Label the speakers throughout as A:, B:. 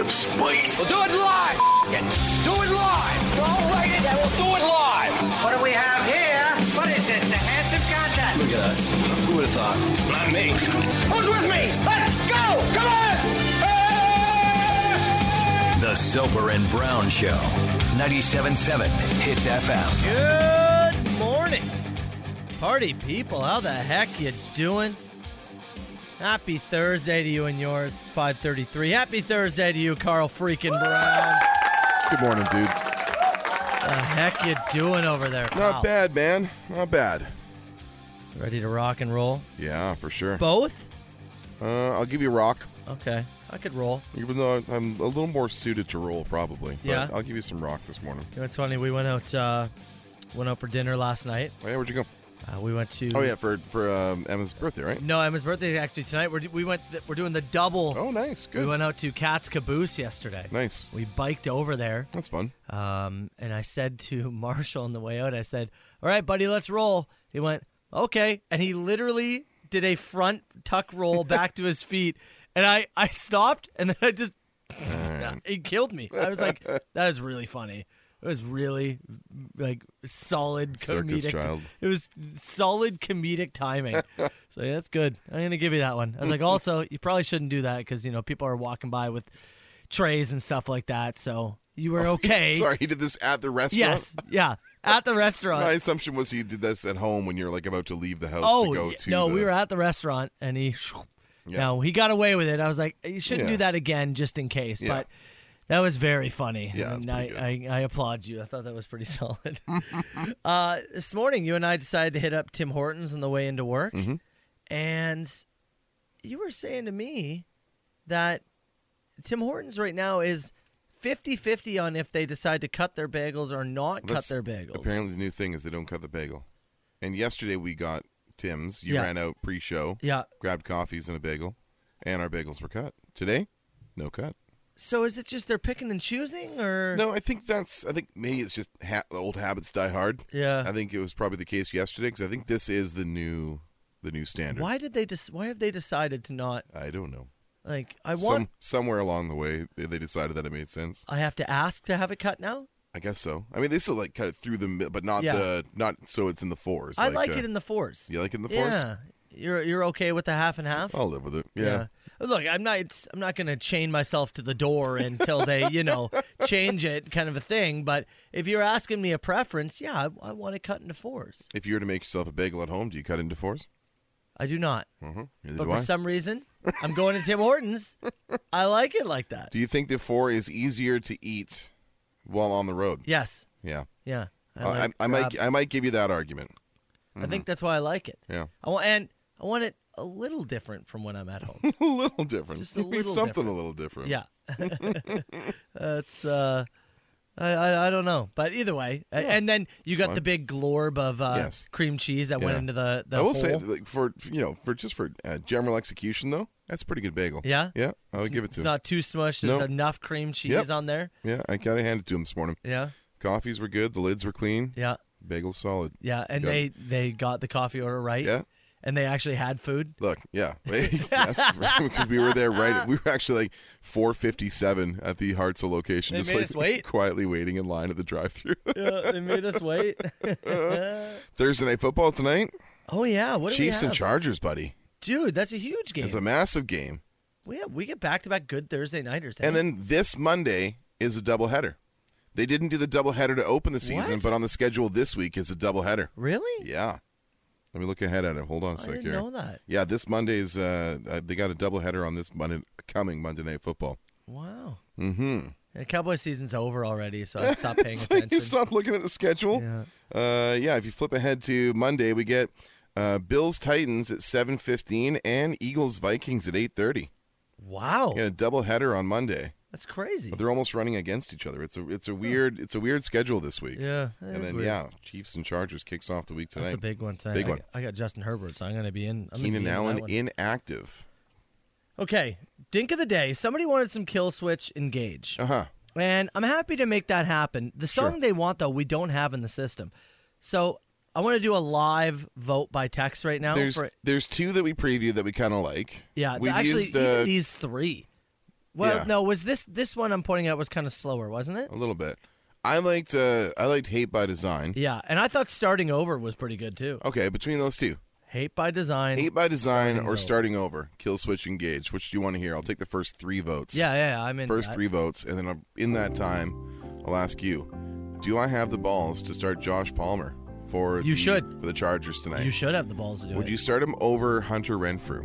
A: of space.
B: We'll do it live. F- it. Do it live. Don't write it. We'll do it live.
C: What do we have here? What is this? The handsome contest.
D: Look at us. Who would have thought?
A: Not me.
B: Who's with me? Let's go. Come on. Hey!
E: The Soper and Brown Show, 97.7 Hits
F: FM. Good morning, party people. How the heck you doing? Happy Thursday to you and yours. 5:33. Happy Thursday to you, Carl freaking Brown.
G: Good morning, dude.
F: The heck you doing over there? Carl?
G: Not bad, man. Not bad.
F: Ready to rock and roll?
G: Yeah, for sure.
F: Both?
G: Uh, I'll give you rock.
F: Okay, I could roll.
G: Even though I'm a little more suited to roll, probably.
F: Yeah.
G: I'll give you some rock this morning.
F: You know, it's funny. We went out. Uh, went out for dinner last night.
G: Oh, yeah, where'd you go?
F: Uh, we went to.
G: Oh yeah, for for um, Emma's birthday, right?
F: No, Emma's birthday is actually tonight. We're, we went. Th- we're doing the double.
G: Oh, nice. Good.
F: We went out to Cat's Caboose yesterday.
G: Nice.
F: We biked over there.
G: That's fun.
F: Um, and I said to Marshall on the way out, I said, "All right, buddy, let's roll." He went, "Okay," and he literally did a front tuck roll back to his feet, and I I stopped, and then I just it killed me. I was like, "That is really funny." It was really like solid
G: Circus
F: comedic.
G: child.
F: It was solid comedic timing. so yeah, that's good. I'm gonna give you that one. I was like, also, you probably shouldn't do that because you know people are walking by with trays and stuff like that. So you were okay.
G: Oh, Sorry, he did this at the restaurant.
F: Yes. Yeah. At the restaurant.
G: My assumption was he did this at home when you're like about to leave the house to
F: oh
G: go to.
F: no,
G: the-
F: we were at the restaurant and he. Now
G: Yeah.
F: No, he got away with it. I was like, you shouldn't
G: Yeah.
F: do that again, just in case.
G: Yeah.
F: But that was very funny.
G: Yeah,
F: and
G: that's
F: I, I, I applaud you. I thought that was pretty solid. uh, this morning, you and I decided to hit up Tim Hortons on the way into work,
G: Mhm.
F: and you were saying to me that Tim Hortons right now is 50-50 on if they decide to cut their bagels or not cut
G: That's
F: their bagels.
G: Apparently, the new thing is they don't cut the bagel. And yesterday we got Tim's. You
F: Yeah.
G: ran out pre-show,
F: yeah.
G: grabbed coffees and a bagel, and our bagels were cut. Today, no cut.
F: So is it just they're picking and choosing, or
G: No, I think that's. I think maybe it's just ha- the old habits die hard.
F: Yeah.
G: I think it was probably the case yesterday because I think this is the new, the new standard.
F: Why did they? Dis- why have they decided to not?
G: I don't know.
F: Like, I want.
G: Some somewhere along the way they- they decided that it made sense.
F: I have to ask to have it cut now.
G: I guess so. I mean, they still like cut it through the, mid- but not
F: Yeah.
G: the not so it's in the fours.
F: I like
G: uh,
F: it in the fours.
G: You like it in the fours?
F: Yeah, you're you're okay with the half and half.
G: I'll live with it. Yeah.
F: Look, I'm not. It's, I'm not going to chain myself to the door until they, you know, change it, kind of a thing. But if you're asking me a preference, yeah, I, I want it cut into fours.
G: If you were to make yourself a bagel at home, do you cut into fours?
F: I do not.
G: Mm-hmm. Neither
F: But
G: do I.
F: for some reason, I'm going to Tim Hortons. I like it like that.
G: do you think the four is easier to eat while on the road?
F: Yes.
G: Yeah.
F: Yeah. I,
G: Uh,
F: like
G: I, I might.
F: grab-
G: I might give you that argument.
F: I think that's why I like it.
G: Mm-hmm. Yeah.
F: I want and I want it a little different from when I'm at home.
G: a little different.
F: Just a
G: Maybe
F: little
G: something
F: different.
G: a little different.
F: yeah, that's uh, I, I I don't know, but either way, a- and then you got
G: fine.
F: the big glorb of uh,
G: Yes.
F: cream cheese that
G: Yeah.
F: went into the the
G: I will say,
F: hole.
G: like, for you know, for just for uh, general execution though, that's a pretty good bagel.
F: Yeah?
G: Yeah. I would give it
F: it's
G: to. him.
F: not too smushed. There's
G: No.
F: enough cream cheese
G: Yep.
F: on there.
G: Yeah. I gotta hand it to him this morning.
F: Yeah,
G: Coffees were good. The lids were clean.
F: yeah,
G: Bagel solid.
F: yeah. And
G: Got
F: they they got the coffee order right.
G: Yeah.
F: and they actually had food.
G: Look, yeah, yes, because we were there right. We were actually like 4:57 at the Hartzell location,
F: They
G: just
F: made
G: like
F: us wait?
G: quietly waiting in line at the drive-through.
F: Yeah, they made us wait.
G: Thursday night football tonight,
F: oh yeah, what do we
G: Chiefs and
F: have?
G: Chargers, buddy.
F: Dude, that's a huge game.
G: It's a massive game,
F: We have, we get back to back good Thursday nighters.
G: and
F: eh?
G: then this Monday is a doubleheader. They didn't do the doubleheader to open the season,
F: What?
G: but on the schedule this week is a doubleheader.
F: really,
G: Yeah, let me look ahead at it. Hold on a
F: I
G: sec
F: didn't
G: here.
F: know that.
G: Yeah, this Monday's uh, uh, they got a doubleheader on this Monday coming Monday night football.
F: Wow.
G: Mm-hmm.
F: Yeah, Cowboy season's over already, so I stopped paying
G: It's like
F: attention.
G: you stop looking at the schedule.
F: Yeah.
G: Uh, yeah, if you flip ahead to Monday, we get uh, Bills Titans at 7:15 and Eagles Vikings at 8:30.
F: Wow,
G: Yeah, a double header on Monday.
F: that's crazy.
G: But they're almost running against each other. It's a it's a weird it's a weird schedule this week.
F: Yeah, that is
G: and then
F: weird.
G: yeah, Chiefs and Chargers kicks off the week
F: that's
G: tonight.
F: a big one tonight.
G: Big
F: I,
G: one.
F: I got Justin Herbert, so I'm going to be in. I'm gonna
G: Keenan
F: be in on that
G: Allen
F: one.
G: inactive.
F: Okay, dink of the day. Somebody wanted some kill switch engage,
G: Uh huh.
F: and I'm happy to make that happen. The song they want though, we don't have in the system, so I want to do a live vote by text right now.
G: There's
F: for,
G: there's two that we previewed that we kind of like.
F: yeah,
G: we
F: actually
G: used uh,
F: even these three. Well,
G: Yeah. Oh.
F: no, was this this one I'm pointing out was kind of slower, wasn't it?
G: a little bit. I liked uh, I liked Hate by Design.
F: Yeah, and I thought starting over was pretty good too.
G: Okay, between those two,
F: Hate by design.
G: Oh. Hate by Design or
F: over.
G: Starting Over, Kill Switch Engage. Which do you want to hear? I'll take the first three votes.
F: yeah, yeah, I'm in.
G: First
F: that.
G: three votes, and then uh, in that time, I'll ask you: Do I have the balls to start Josh Palmer for
F: You
G: the,
F: should.
G: for the Chargers tonight?
F: You should have the balls to do
G: Would
F: it.
G: you start him over Hunter Renfrew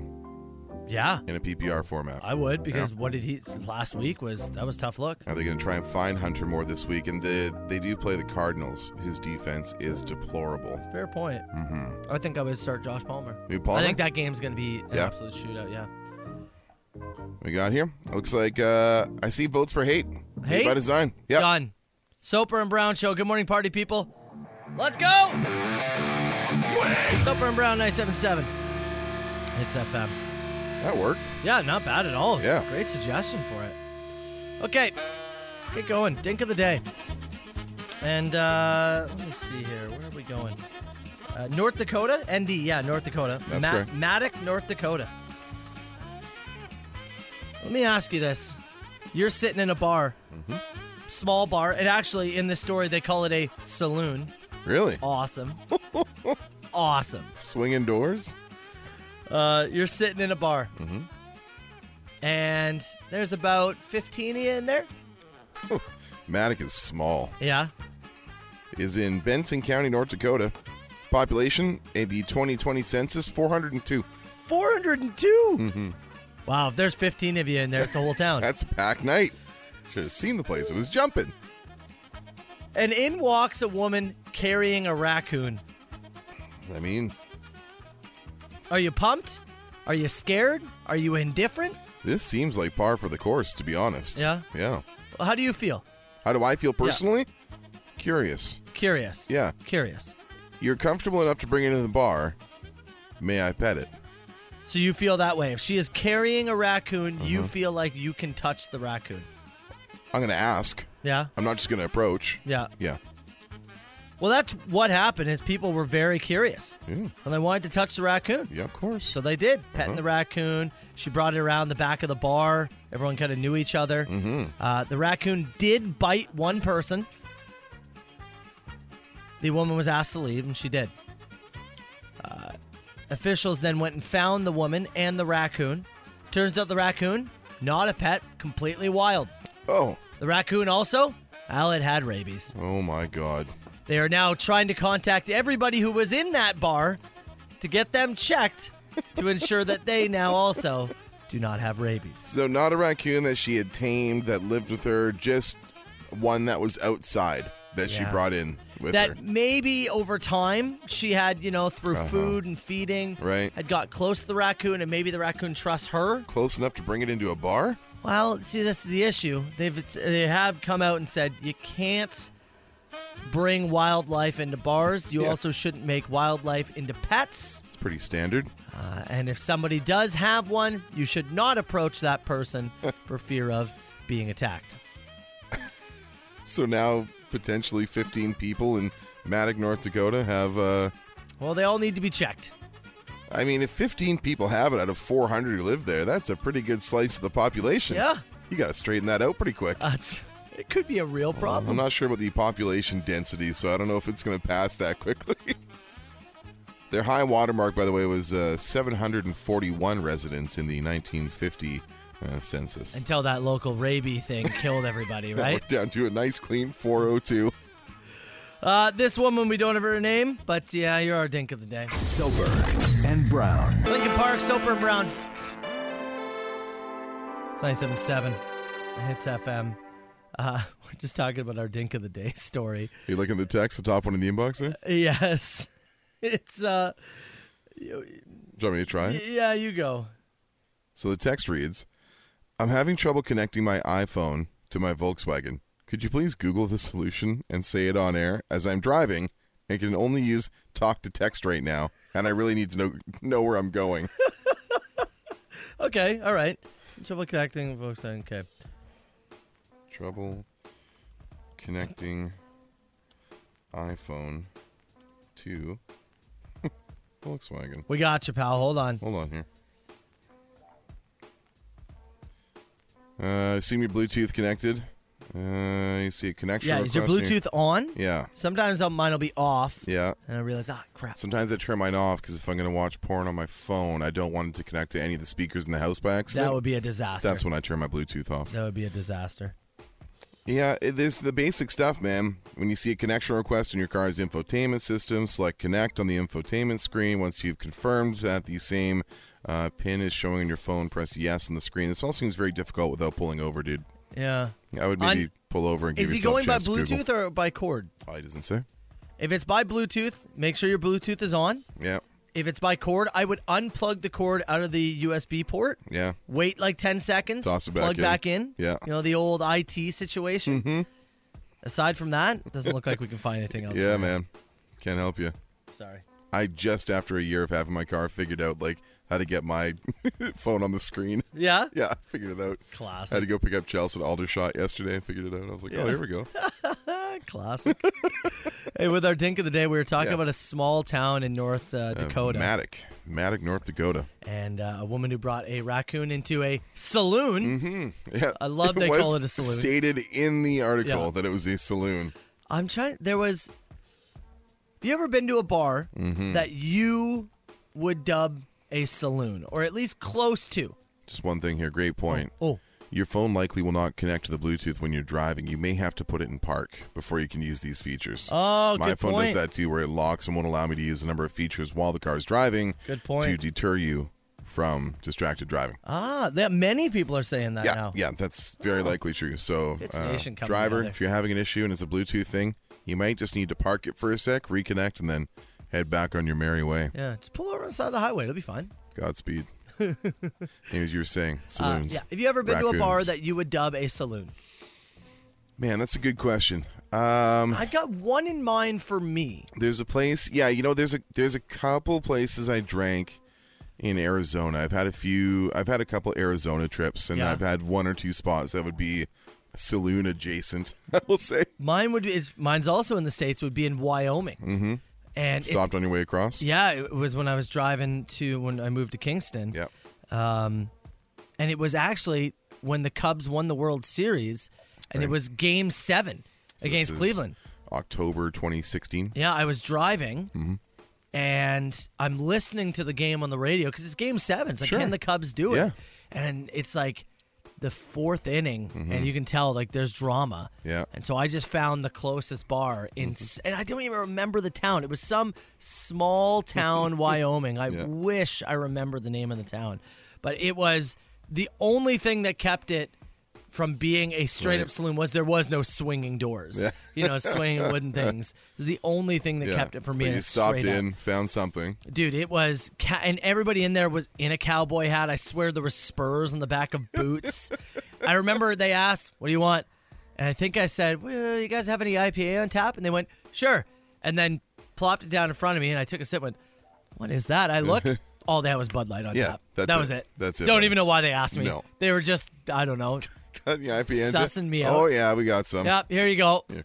F: Yeah,
G: in a PPR format?
F: I would because what did he last week was that was tough look.
G: Are they going to try and find Hunter more this week? And the, they do play the Cardinals, whose defense is deplorable.
F: Fair point. Mm-hmm. I think I would start Josh Palmer.
G: New Palmer?
F: I think that game's gonna be an
G: Yeah.
F: absolute shootout. Yeah.
G: we got here. Looks like uh, I see votes for hate.
F: Hate?
G: by design. Yeah.
F: Done. Soper and Brown show. Good morning, party people. Let's go. Soper and Brown 977. It's FM.
G: That worked.
F: Yeah, not bad at all.
G: Yeah.
F: Great suggestion for it. Okay, let's get going. Dink of the day. And uh, let me see here. Where are we going? Uh, North Dakota? ND, yeah, North Dakota.
G: That's correct.
F: Maddock, North Dakota. Let me ask you this. You're sitting in a bar,
G: Mm-hmm.
F: small bar, and actually in this story they call it a saloon.
G: Really?
F: Awesome. awesome.
G: Swinging doors?
F: Uh, you're sitting in a bar,
G: Mm-hmm.
F: and there's about 15 of you in there.
G: Maddock is small.
F: Yeah.
G: Is in Benson County, North Dakota. Population in the 2020 census 402.
F: 402. Wow, if there's 15 of you in there, it's a whole town.
G: Mm-hmm. That's a packed night. Should have seen the place. It was jumping.
F: and in walks a woman carrying a raccoon.
G: I mean,
F: Are you pumped? Are you scared? Are you indifferent?
G: this seems like par for the course, to be honest.
F: Yeah?
G: Yeah.
F: Well, How do you feel?
G: How do I feel personally? Curious.
F: Curious.
G: Yeah.
F: Curious.
G: You're comfortable enough to bring it into the bar. May I pet it?
F: So you feel that way. If she is carrying a raccoon,
G: Mm-hmm.
F: you feel like you can touch the raccoon.
G: I'm going to ask.
F: Yeah.
G: I'm not just going to approach.
F: Yeah.
G: Yeah.
F: Well, that's what happened is people were very curious.
G: Yeah,
F: And they wanted to touch the raccoon.
G: yeah of course.
F: So they did. Petting the raccoon. She brought it around the back of the bar. Everyone kind of knew each other. Uh, the raccoon did bite one person. The woman was asked to leave, and she did. Uh, officials then went and found the woman and the raccoon. Turns out the raccoon, not a pet, completely wild.
G: Oh,
F: The raccoon also, well, it had rabies.
G: oh my God.
F: They are now trying to contact everybody who was in that bar to get them checked to ensure that they now also do not have rabies.
G: So, not a raccoon that she had tamed that lived with her, just one that was outside that she
F: Yeah.
G: brought in with her. Uh-huh.
F: That maybe over time she had, you know, through food and feeding,
G: Right.
F: had got close to the raccoon, and maybe the raccoon trusts her.
G: Close enough to bring it into a bar?
F: Well, see, this is the issue. They've they have come out and said you can't bring wildlife into bars. You
G: Yeah.
F: also shouldn't make wildlife into pets.
G: It's pretty standard.
F: Uh, and if somebody does have one, you should not approach that person for fear of being attacked.
G: So now potentially 15 people in Maddock, North Dakota have. Uh,
F: Well, they all need to be checked.
G: I mean, if 15 people have it out of 400 who live there, that's a pretty good slice of the population.
F: Yeah.
G: You got to straighten that out pretty quick.
F: Uh, it's- it could be a real
G: I'm
F: problem.
G: not sure about the population density, so I don't know if it's going to pass that quickly. Their high watermark, by the way, was uh, 741 residents in the 1950 uh, census.
F: Until that local rabies thing killed everybody,
G: Now
F: right?
G: We're down to a nice clean 402.
F: Uh, this woman, we don't have her name, but yeah, you're our dink of the day.
E: Soper and Brown.
F: Lincoln Park, Soper and Brown. It's 97.7. Hits FM. Uh, we're just talking about our dink of the day story.
G: You looking at the text, the top one in the inbox there?
F: Yes. It's, uh,
G: Do you want me to try? it?
F: yeah, you go.
G: So the text reads I'm having trouble connecting my iPhone to my Volkswagen. Could you please Google the solution and say it on air as I'm driving and can only use talk to text right now? And I really need to know, know where I'm going.
F: Okay, all right. Trouble connecting, folks. Okay.
G: Trouble connecting iPhone to Volkswagen.
F: We got you, pal. Hold on.
G: Hold on here. Uh, see me Bluetooth connected. Uh, you see a connection.
F: Yeah, is your
G: request and
F: Bluetooth on?
G: you- Yeah,
F: Sometimes uh, mine will be off,
G: yeah.
F: and I realize, ah, crap.
G: Sometimes I turn mine off because if I'm going to watch porn on my phone, I don't want it to connect to any of the speakers in the house by accident.
F: That would be a disaster.
G: That's when I turn my Bluetooth off.
F: that would be a disaster.
G: Yeah, it, there's the basic stuff, man. When you see a connection request in your car's infotainment system, select connect on the infotainment screen. Once you've confirmed that the same uh, pin is showing on your phone, press yes on the screen. This all seems very difficult without pulling over, dude.
F: Yeah.
G: I would
F: On-
G: maybe pull over and give
F: Is he
G: yourself
F: going
G: a
F: by
G: chance to Google.
F: Bluetooth or by cord?
G: Oh, he doesn't say.
F: If it's by Bluetooth, make sure your Bluetooth is on.
G: Yeah,
F: If it's by cord, I would unplug the cord out of the USB port.
G: yeah.
F: Wait like 10 seconds.
G: Toss it back
F: plug
G: in.
F: back in.
G: Yeah. Mm-hmm.
F: You know, the old IT situation. Aside from that, it doesn't look like we can find anything else.
G: Yeah, man. Can't help you.
F: Sorry.
G: I just after a year of having my car figured out like how to get my phone on the screen.
F: Yeah?
G: Yeah, I figured it out. I had to
F: Classic.
G: go pick up Chelsea at Aldershot yesterday and figured it out. I was like, oh,
F: Yeah.
G: here we go.
F: Ah, Classic. hey, with our dink of the day, we were talking
G: Yeah.
F: about a small town in North uh, Dakota.
G: Matic, Matic, North Dakota.
F: and uh, a woman who brought a raccoon into a saloon.
G: Mm-hmm. Yeah,
F: I love they
G: was
F: call it a saloon.
G: Stated in the article
F: Yeah.
G: that it was a saloon.
F: I'm trying. There was. Have you ever been to a bar
G: Mm-hmm.
F: that you would dub a saloon, or at least close to?
G: Just one thing here. Great point.
F: Oh,
G: Your phone likely will not connect to the Bluetooth when you're driving. You may have to put it in park before you can use these features.
F: Oh,
G: my
F: good
G: phone does
F: point.
G: that too, where it locks and won't allow me to use a number of features while the car's driving.
F: Good point.
G: To deter you from distracted driving.
F: ah, that many people are saying that
G: yeah,
F: now.
G: yeah, that's very likely true. So,
F: Good
G: uh,
F: station coming
G: driver,
F: together.
G: if you're having an issue and it's a Bluetooth thing, you might just need to park it for a sec, reconnect, and then head back on your merry way.
F: Yeah, just pull over on the side of the highway. It'll be fine.
G: Godspeed. Anyways, you were saying
F: Uh,
G: saloons.
F: yeah. Have you ever been to a bar
G: raccoons.
F: that you would dub a saloon?
G: Man, that's a good question. Um,
F: I've got one in mind for me.
G: there's a place. Yeah, you know, there's a there's a couple places I drank in Arizona. I've had a few. I've had a couple Arizona trips, and
F: Yeah.
G: I've had one or two spots that would be saloon adjacent. I will say.
F: Mine would be, is mine's also in the states. Would be in Wyoming. Mm-hmm. And it-
G: Stopped on your way across.
F: yeah, it was when I was driving to when I moved to Kingston.
G: Yep.
F: and it was actually when the Cubs won the World Series, and it
G: Right.
F: was Game Seven
G: So this
F: against
G: is
F: Cleveland.
G: October 2016.
F: Yeah, I was driving,
G: Mm-hmm.
F: and I'm listening to the game on the radio because it's Game Seven. It's like,
G: Sure.
F: can the Cubs do it?
G: Yeah.
F: And it's like the fourth inning, and you can tell like there's drama.
G: Mm-hmm. Yeah. Mm-hmm.
F: And so I just found the closest bar in, s- and I don't even remember the town. It was some small town, Wyoming. I
G: Yeah.
F: wish I remember the name of the town, but it was the only thing that kept it from being a straight up
G: Right.
F: saloon was there was no swinging doors. You know, swinging wooden things. This is the only thing that
G: Yeah.
F: kept it from
G: But
F: being
G: you
F: a
G: stopped
F: straight up-
G: in, found something.
F: Dude, it was ca- and everybody in there was in a cowboy hat. I swear there were spurs on the back of boots. I remember they asked, "What do you want?" And I think I said, "Well, you guys have any IPA on tap?" And they went, "Sure." And then plopped it down in front of me and I took a sip and went, "What is that?" I looked All they had was Bud Light on
G: Yeah,
F: tap.
G: that's
F: that
G: it.
F: was it.
G: That's it,
F: Don't
G: buddy.
F: even know why they asked me.
G: No.
F: They were just, I don't know.
G: Got the IPA into-
F: Sussing me
G: Oh
F: out.
G: yeah, we got some.
F: Yep, here you go.
G: Yeah.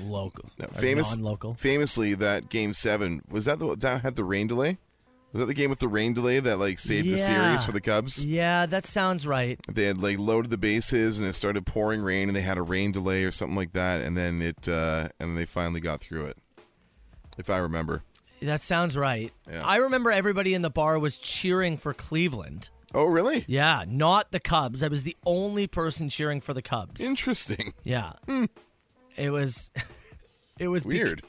F: Local.
G: Now,
F: Or
G: famous,
F: Non-local.
G: famously, that game seven was that the that had the rain delay. Was that the game with the rain delay that like saved the series
F: Yeah.
G: for the Cubs?
F: yeah, that sounds right.
G: They had like loaded the bases and it started pouring rain, and they had a rain delay or something like that, and then it uh, and they finally got through it. If I remember.
F: That sounds right.
G: Yeah.
F: I remember everybody in the bar was cheering for Cleveland.
G: Oh really?
F: Yeah, not the Cubs. I was the only person cheering for the Cubs.
G: Interesting.
F: yeah. It was it was bec-
G: Hmm. Weird.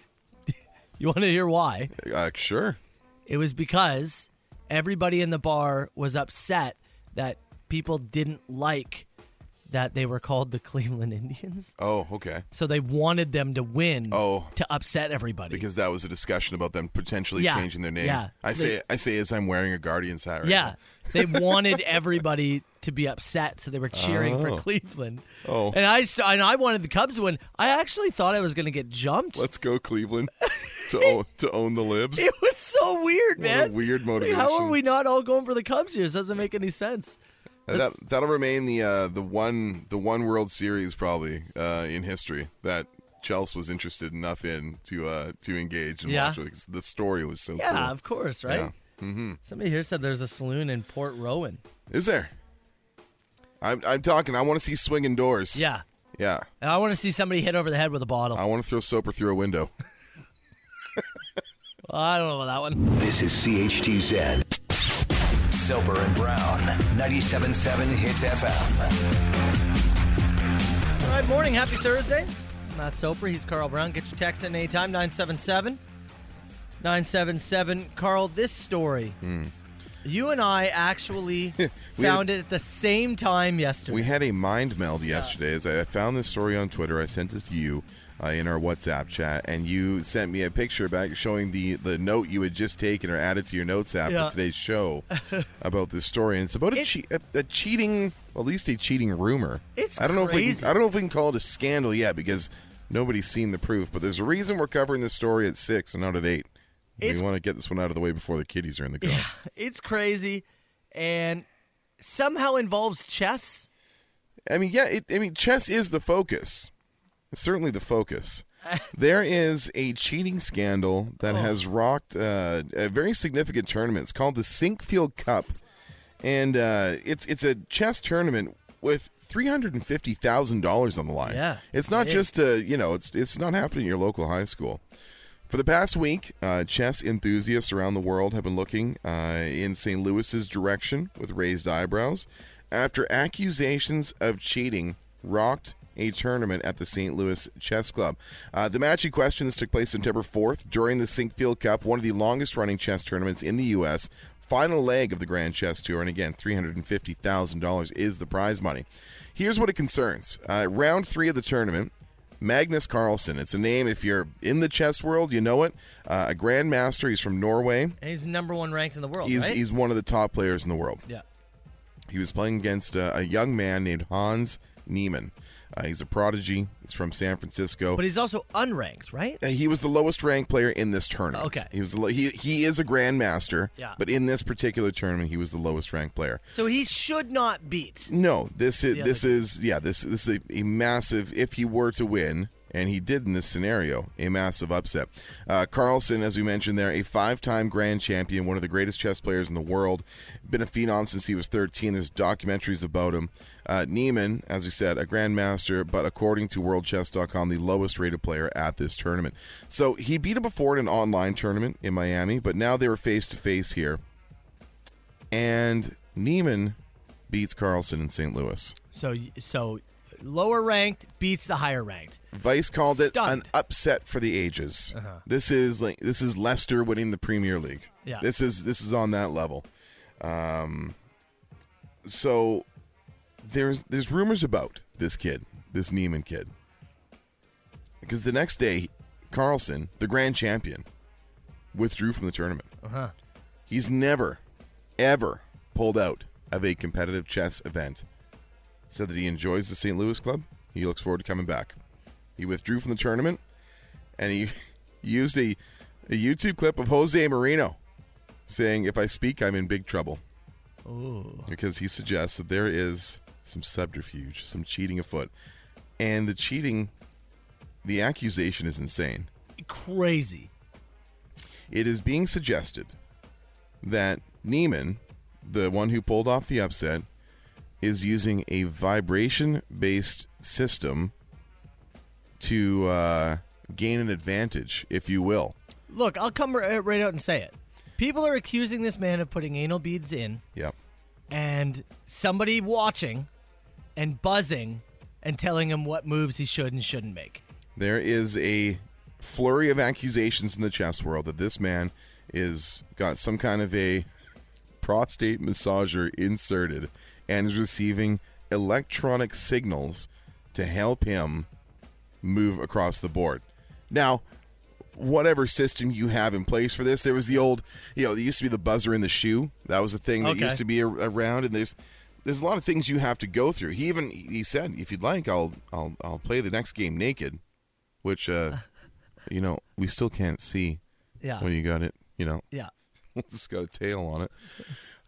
F: you want to hear why?
G: Uh, sure.
F: It was because everybody in the bar was upset that people didn't like that they were called the Cleveland Indians.
G: Oh okay.
F: So they wanted them to win
G: Oh.
F: to upset everybody.
G: because that was a discussion about them potentially
F: Yeah,
G: changing their name.
F: yeah.
G: I say I say as I'm wearing a Guardians hat. Right
F: Yeah, they wanted everybody to be upset, so they were cheering
G: Oh.
F: for Cleveland.
G: Oh.
F: and I st- and I wanted the Cubs to win. I actually thought I was going to get jumped.
G: now. Let's go Cleveland to own, to own the libs.
F: it was so weird,
G: What a
F: man.
G: weird
F: Like, how are
G: motivation.
F: we not all going for the Cubs here? This doesn't make any sense.
G: That that'll remain the uh, the one the one World Series probably uh, in history that Chelsea was interested enough in to uh, to engage and
F: Yeah.
G: watch. Like, The story was so
F: Yeah,
G: cool.
F: of course, right?
G: Yeah. Mm-hmm.
F: Somebody here said there's a saloon in Port Rowan.
G: Is there? I'm, I'm talking. I want to see swinging doors.
F: Yeah.
G: Yeah.
F: And I want to see somebody hit over the head with a bottle.
G: I want to throw Soper through a window.
F: I don't know about that one.
E: This is CHTZ. Soper and Brown, 97.7 Hits FM.
F: All right, morning. Happy Thursday. I'm Matt Soper. He's Carl Brown. Get your text in anytime, 977. 977. Carl, this story. You and I actually
G: Hmm. We
F: found it at the same time yesterday.
G: We had a mind meld yesterday. As I I found this story on Twitter, I sent this to you uh, in our WhatsApp chat, and you sent me a picture back showing the the note you had just taken or added to your notes app
F: Yeah.
G: for today's show about this story. And it's about a,
F: It-
G: che- a, a cheating, well, at least a cheating rumor.
F: It's
G: I don't know if we
F: crazy.
G: can, I don't know if we can call it a scandal yet because nobody's seen the proof. But there's a reason we're covering this story at six and not at eight.
F: It's-
G: we want to get this one out of the way before the kiddies are in the car.
F: it's crazy and somehow involves chess.
G: I mean, yeah, it, I mean, chess is the focus. It's certainly the focus. there is a cheating scandal that has rocked uh, a very significant tournament. It's called the Sinkfield Cup, and uh, it's it's a chess tournament with three hundred and fifty thousand dollars on the line.
F: Yeah,
G: it's not
F: big.
G: just uh, you know, it's it's not happening at your local high school. For the past week, uh, chess enthusiasts around the world have been looking uh, in St. Louis's direction with raised eyebrows after accusations of cheating rocked a tournament at the St. Louis Chess Club. Uh, the match in question this took place September 4th during the Sinkfield Cup, one of the longest running chess tournaments in the U.S. Final leg of the Grand Chess Tour, and again, $350,000 is the prize money. Here's what it concerns uh, round three of the tournament. Magnus Carlsen. It's a name, if you're in the chess world, you know it. Uh, a grandmaster. He's from Norway.
F: And he's number one ranked in the world,
G: He's,
F: right?
G: he's one of the top players in the world.
F: yeah.
G: He was playing against uh, a young man named Hans Niemann. Uh, he's a prodigy. He's from San Francisco.
F: But he's also unranked, right?
G: Uh, he was the lowest ranked player in this tournament.
F: Okay.
G: He was the lo- he, he is a grandmaster.
F: Yeah.
G: But in this particular tournament, he was the lowest ranked player.
F: So he should not beat.
G: No, this is
F: The other
G: this is yeah this this is a, a massive. If he were to win, and he did in this scenario, a massive upset. Uh, Carlson, as we mentioned there, a five-time grand champion, one of the greatest chess players in the world, been a phenom since he was 13. There's documentaries about him. Uh, Neiman, as we said, a grandmaster, but according to WorldChess.com, the lowest-rated player at this tournament. So he beat him before in an online tournament in Miami, but now they were face to face here, and Neiman beats Carlson in St. Louis.
F: So so lower ranked beats the higher ranked.
G: Vice called it an
F: Stunned.
G: upset for the ages.
F: Uh-huh.
G: This is like this is Leicester winning the Premier League.
F: Yeah.
G: This is this is on that level. Um, so there's there's rumors about this kid, this Neiman kid, because the next day, Carlson, the grand champion, withdrew from the tournament.
F: Uh-huh.
G: He's never, ever pulled out of a competitive chess event. Said that he enjoys the St. Louis club. He looks forward to coming back. He withdrew from the tournament, and he used a, a YouTube clip of Jose Marino saying, "If I speak, I'm in big trouble,"
F: Ooh.
G: because he suggests that there is some subterfuge, some cheating afoot, and the cheating, the accusation is insane.
F: Crazy.
G: It is being suggested that Neiman, the one who pulled off the upset, is using a vibration based system to uh, gain an advantage, if you will.
F: Look, I'll come r- uh, right out and say it. People are accusing this man of putting anal beads in
G: Yep.
F: and somebody watching and buzzing and telling him what moves he should and shouldn't make.
G: There is a flurry of accusations in the chess world that this man is got some kind of a prostate massager inserted and is receiving electronic signals to help him move across the board. Now, whatever system you have in place for this, there was the old, you know, there used to be the buzzer in the shoe. That was the thing that
F: Okay.
G: used to be a- around and there's there's a lot of things you have to go through. He even he said, if you'd like, I'll I'll I'll play the next game naked, which uh you know, we still can't see
F: Yeah.
G: when you got it, you know.
F: yeah.
G: it's got a tail on it.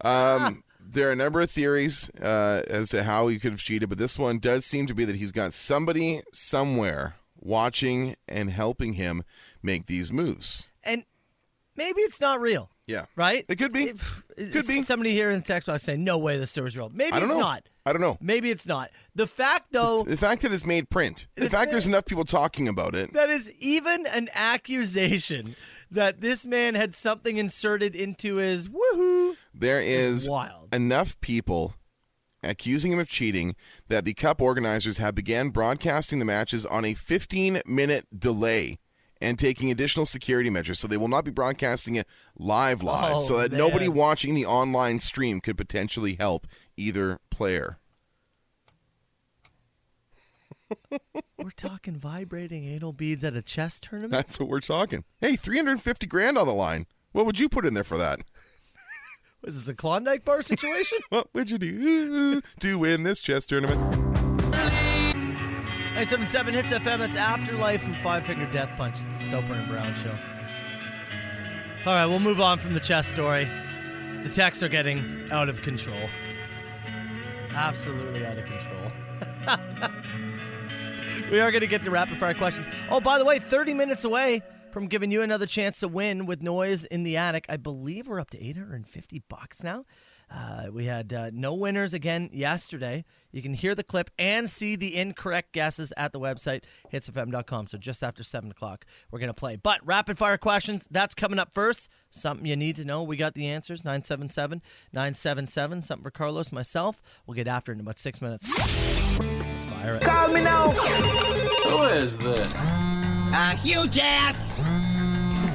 G: Um, there are a number of theories uh, as to how he could have cheated, but this one does seem to be that he's got somebody somewhere watching and helping him make these moves.
F: And maybe it's not real.
G: Yeah.
F: Right?
G: It could be.
F: If- uh,
G: Could be.
F: Somebody here in the text box saying, no way this story's real. Maybe
G: I don't
F: it's
G: know.
F: not.
G: I don't know.
F: Maybe it's not. The fact, though,
G: The fact that it's made print, the fact there's enough people talking about it,
F: that is even an accusation that this man had something inserted into his woohoo.
G: there is
F: wild.
G: enough people accusing him of cheating that the cup organizers have began broadcasting the matches on a 15 minute delay and taking additional security measures so they will not be broadcasting it live live
F: Oh,
G: so that nobody
F: man.
G: watching the online stream could potentially help either player
F: We're talking vibrating anal beads at a chess tournament.
G: that's what we're talking hey 350 grand on the line what would you put in there for that
F: Was this a Klondike bar situation?
G: what would you do to win this chess tournament
F: 977 Hits FM. That's Afterlife from Five Finger Death Punch. It's the Soper and Brown Show. All right, we'll move on from the chess story. The texts are getting out of control. Absolutely out of control. we are going to get to rapid fire questions. Oh, by the way, 30 minutes away from giving you another chance to win with Noise in the Attic. I believe we're up to 850 bucks now. Uh, we had uh, no winners again yesterday. You can hear the clip and see the incorrect guesses at the website, hitsfm.com. So just after 7 o'clock, we're going to play. But rapid fire questions, that's coming up first. Something you need to know. We got the answers 977 977. Something for Carlos, myself. We'll get after it in about six minutes. Let's fire it.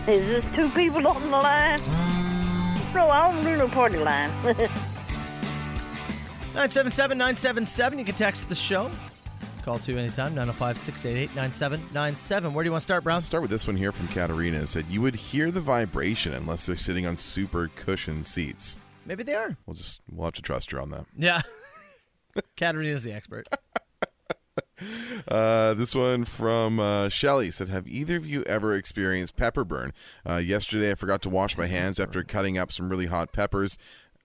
A: Is this two people on the line? No, I don't do no party line.
F: 977 977. You can text the show. Call to anytime, 905 688 9797. Where do you want to start, Brown?
G: I'll start with this one here from Katarina. It said, You would hear the vibration unless they're sitting on super cushion seats.
F: Maybe they are.
G: We'll just, we'll have to trust her on that.
F: Yeah. Katarina's the expert.
G: Uh, this one from uh, Shelly said, Have either of you ever experienced pepper burn? Uh, yesterday, I forgot to wash my hands after cutting up some really hot peppers,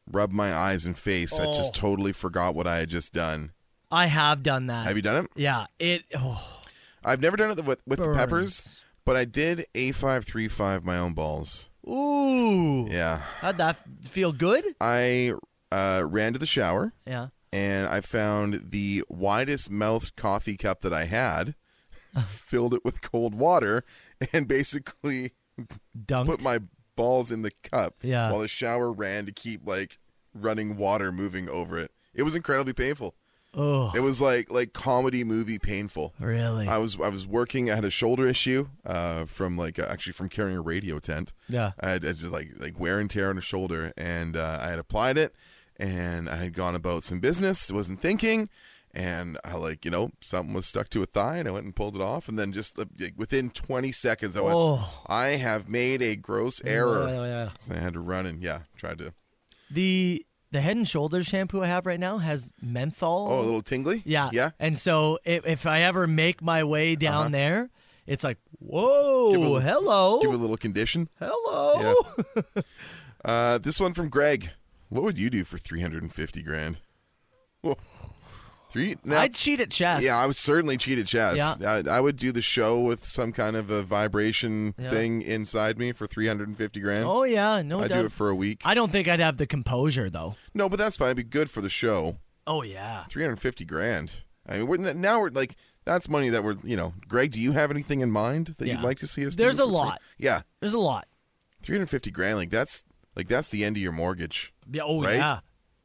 G: rubbed my eyes and face. I just totally forgot what I had just done.
F: I have done that.
G: Have you done it?
F: Yeah. It. Oh,
G: I've never done it with, with the
F: Burns.
G: peppers, but I did A535 my own balls.
F: ooh.
G: Yeah.
F: How'd that f- feel good?
G: I uh, ran to the shower.
F: Yeah.
G: and I found the widest mouthed coffee cup that I had, filled it with cold water, and basically
F: Dunked.
G: put my balls in the cup
F: Yeah.
G: while the shower ran to keep like running water moving over it. It was incredibly painful.
F: oh,
G: It was like like comedy movie painful.
F: really?
G: I was I was working. I had a shoulder issue uh, from like uh, actually from carrying a radio tent.
F: Yeah.
G: I had I just like like wear and tear on a shoulder, and uh, I had applied it, and I had gone about some business. wasn't thinking, and I like you know something was stuck to a thigh, and I went and pulled it off, and then just uh, like, within 20 seconds, I went,
F: Oh.
G: I have made a gross
F: Oh,
G: error.
F: yeah, yeah.
G: So I had to run and yeah, tried to.
F: The the Head and Shoulders shampoo I have right now has menthol.
G: Oh, a little tingly.
F: Yeah.
G: yeah.
F: And so if, if I ever make my way down there, it's like, whoa,
G: Give it a-
F: hello,
G: Give it a little condition.
F: hello.
G: Uh, this one from Greg. What would you do for three hundred and fifty grand? Whoa. Three. Now,
F: I'd cheat at chess.
G: yeah, I would certainly cheat at chess.
F: Yeah.
G: I, I would do the show with some kind of a vibration
F: Yeah.
G: thing inside me for three hundred and fifty grand.
F: oh, yeah. No
G: I'd
F: doubt.
G: do it for a week.
F: I don't think I'd have the composure, though.
G: no, but that's fine. It'd be good for the show.
F: Oh, yeah.
G: Three hundred fifty grand. I mean, we're, now we're like that's money that we're you know. Greg, do you have anything in mind that
F: Yeah.
G: you'd like to see us? do
F: There's
G: for
F: a
G: three-
F: lot.
G: yeah,
F: There's a lot.
G: three hundred fifty grand. Like that's like that's the end of your mortgage.
F: Yeah, oh,
G: Right?
F: yeah.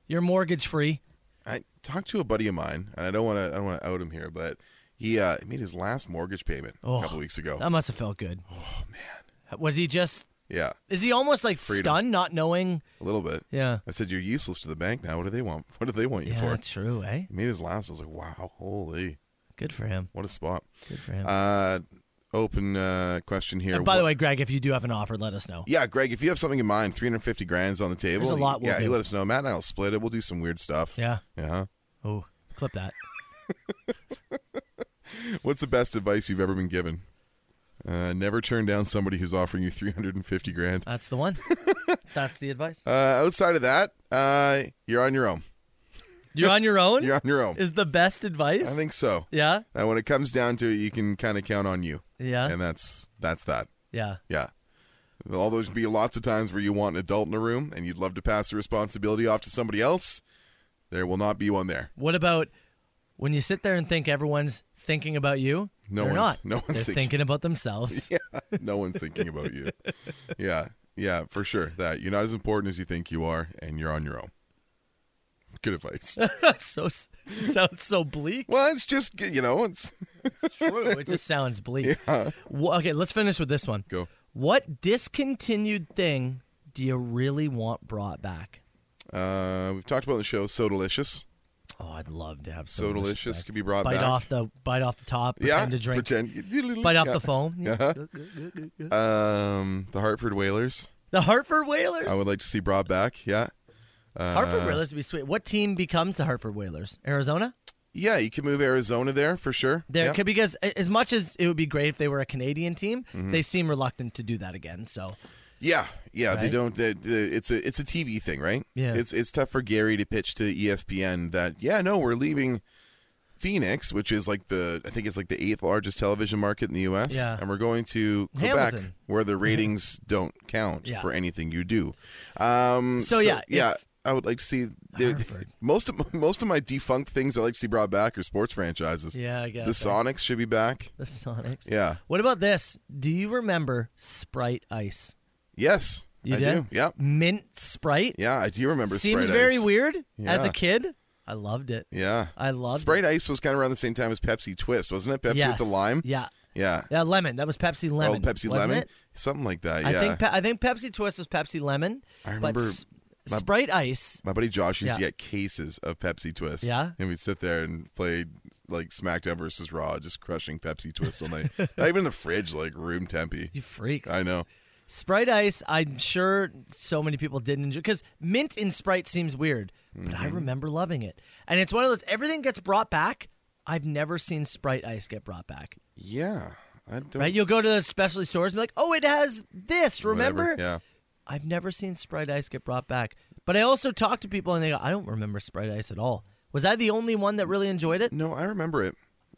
F: You're mortgage free.
G: I talked to a buddy of mine, and I don't want to I don't want to out him here, but he uh, made his last mortgage payment
F: Oh,
G: a couple weeks ago.
F: That must have felt good. Oh, man. Was he just,
G: yeah,
F: is he almost like
G: Freedom.
F: stunned, not knowing?
G: a little bit.
F: Yeah.
G: I said you're useless to the bank now. What do they want? What do they want you
F: Yeah,
G: for?
F: true, eh?
G: He made his last. I was like, wow, holy,
F: Good for him.
G: what a spot.
F: Good for him.
G: Uh, open uh, question here.
F: and by the
G: What-
F: way, Greg, if you do have an offer, let us know.
G: Yeah, Greg, if you have something in mind, 350 grand's on the table.
F: There's a lot we'll
G: yeah,
F: do.
G: you let us know. Matt and I'll split it. We'll do some weird stuff. Uh-huh.
F: Yeah.
G: Yeah.
F: Oh, clip that.
G: What's the best advice you've ever been given? Uh, never turn down somebody who's offering you 350 grand.
F: That's the one. That's the advice.
G: Uh, outside of that, uh, you're on your own.
F: You're on your own?
G: You're on your own.
F: is the best advice.
G: I think so.
F: Yeah.
G: And when it comes down to it, you can kind of count on you,
F: Yeah.
G: and that's that's that.
F: yeah.
G: Yeah. All those be lots of times where you want an adult in a room and you'd love to pass the responsibility off to somebody else, There will not be one there.
F: What about when you sit there and think everyone's thinking about you?
G: No
F: They're
G: one's-
F: not.
G: no one's
F: They're
G: thinking-
F: thinking, about themselves.
G: no one's thinking about you. Yeah, yeah, for sure. That you're not as important as you think you are, and you're on your own. Good advice.
F: so sounds so bleak.
G: well, it's just you know, it's
F: True. It just sounds bleak. Wha- okay, let's finish with this one.
G: go.
F: What discontinued thing do you really want brought back?
G: Uh, we've talked about the show. So delicious.
F: Oh, I'd love to have
G: So
F: some.
G: delicious could be brought
F: Bite
G: back.
F: off the bite off the top.
G: yeah.
F: Pretend to drink.
G: Pretend.
F: Bite off
G: Yeah. Uh-huh.
F: the foam. Yeah.
G: Um, the Hartford Whalers.
F: The Hartford Whalers.
G: I would like to see brought back. Yeah.
F: Hartford
G: Uh,
F: Whalers would be sweet. What team becomes the Hartford Whalers? Arizona?
G: Yeah, you can move Arizona there for sure.
F: There,
G: yeah.
F: could because a- as much as it would be great if they were a Canadian team,
G: Mm-hmm.
F: they seem reluctant to do that again. So
G: Yeah, yeah, they
F: Right?
G: don't. They, they, it's a it's a TV thing, right?
F: Yeah.
G: it's it's tough for Gary to pitch to E ESPN that yeah, no, we're leaving Phoenix, which is like the I think it's like the eighth largest television market in the U.S.
F: Yeah.
G: and we're going to Quebec,
F: Hamilton.
G: where the ratings don't count
F: Yeah.
G: for anything you do. Um,
F: So, yeah,
G: yeah,
F: if-
G: I would like to see. The,
F: Hartford.
G: most of most of my defunct things I like to see brought back are sports franchises.
F: Yeah, I guess,
G: the
F: eh?
G: Sonics should be back.
F: the Sonics.
G: Yeah.
F: What about this? Do you remember Sprite Ice?
G: Yes,
F: You
G: I
F: did?
G: do. Yeah,
F: Mint Sprite.
G: yeah, I do remember.
F: Seems
G: Sprite
F: very
G: Ice.
F: weird as
G: Yeah.
F: a kid. I loved it.
G: Yeah.
F: I loved
G: Sprite
F: it.
G: Ice was kind of around the same time as Pepsi Twist, wasn't it? Pepsi with
F: Yes.
G: the lime?
F: Yeah.
G: Yeah.
F: Yeah, lemon. That was Pepsi lemon.
G: oh, Pepsi
F: wasn't
G: lemon?
F: it?
G: Something like that, yeah.
F: I think Pe- I think Pepsi Twist was Pepsi lemon.
G: I remember
F: but S-
G: my-
F: Sprite Ice.
G: My buddy Josh used to
F: Yeah.
G: get cases of Pepsi Twist.
F: Yeah?
G: And we'd sit there and play like SmackDown versus Raw, just crushing Pepsi Twist all night. Not even in the fridge, like room tempy.
F: You freaks.
G: I know.
F: Sprite Ice, I'm sure so many people didn't enjoy because mint in Sprite seems weird, but
G: Mm-hmm.
F: I remember loving it. And it's one of those everything gets brought back. I've never seen Sprite Ice get brought back.
G: Yeah. I don't
F: Right? You'll go to the specialty stores and be like, "Oh, it has this." Remember?
G: whatever. Yeah.
F: I've never seen Sprite Ice get brought back. But I also talk to people and they go, "I don't remember Sprite Ice at all." Was I the only one that really enjoyed it?
G: No, I remember it.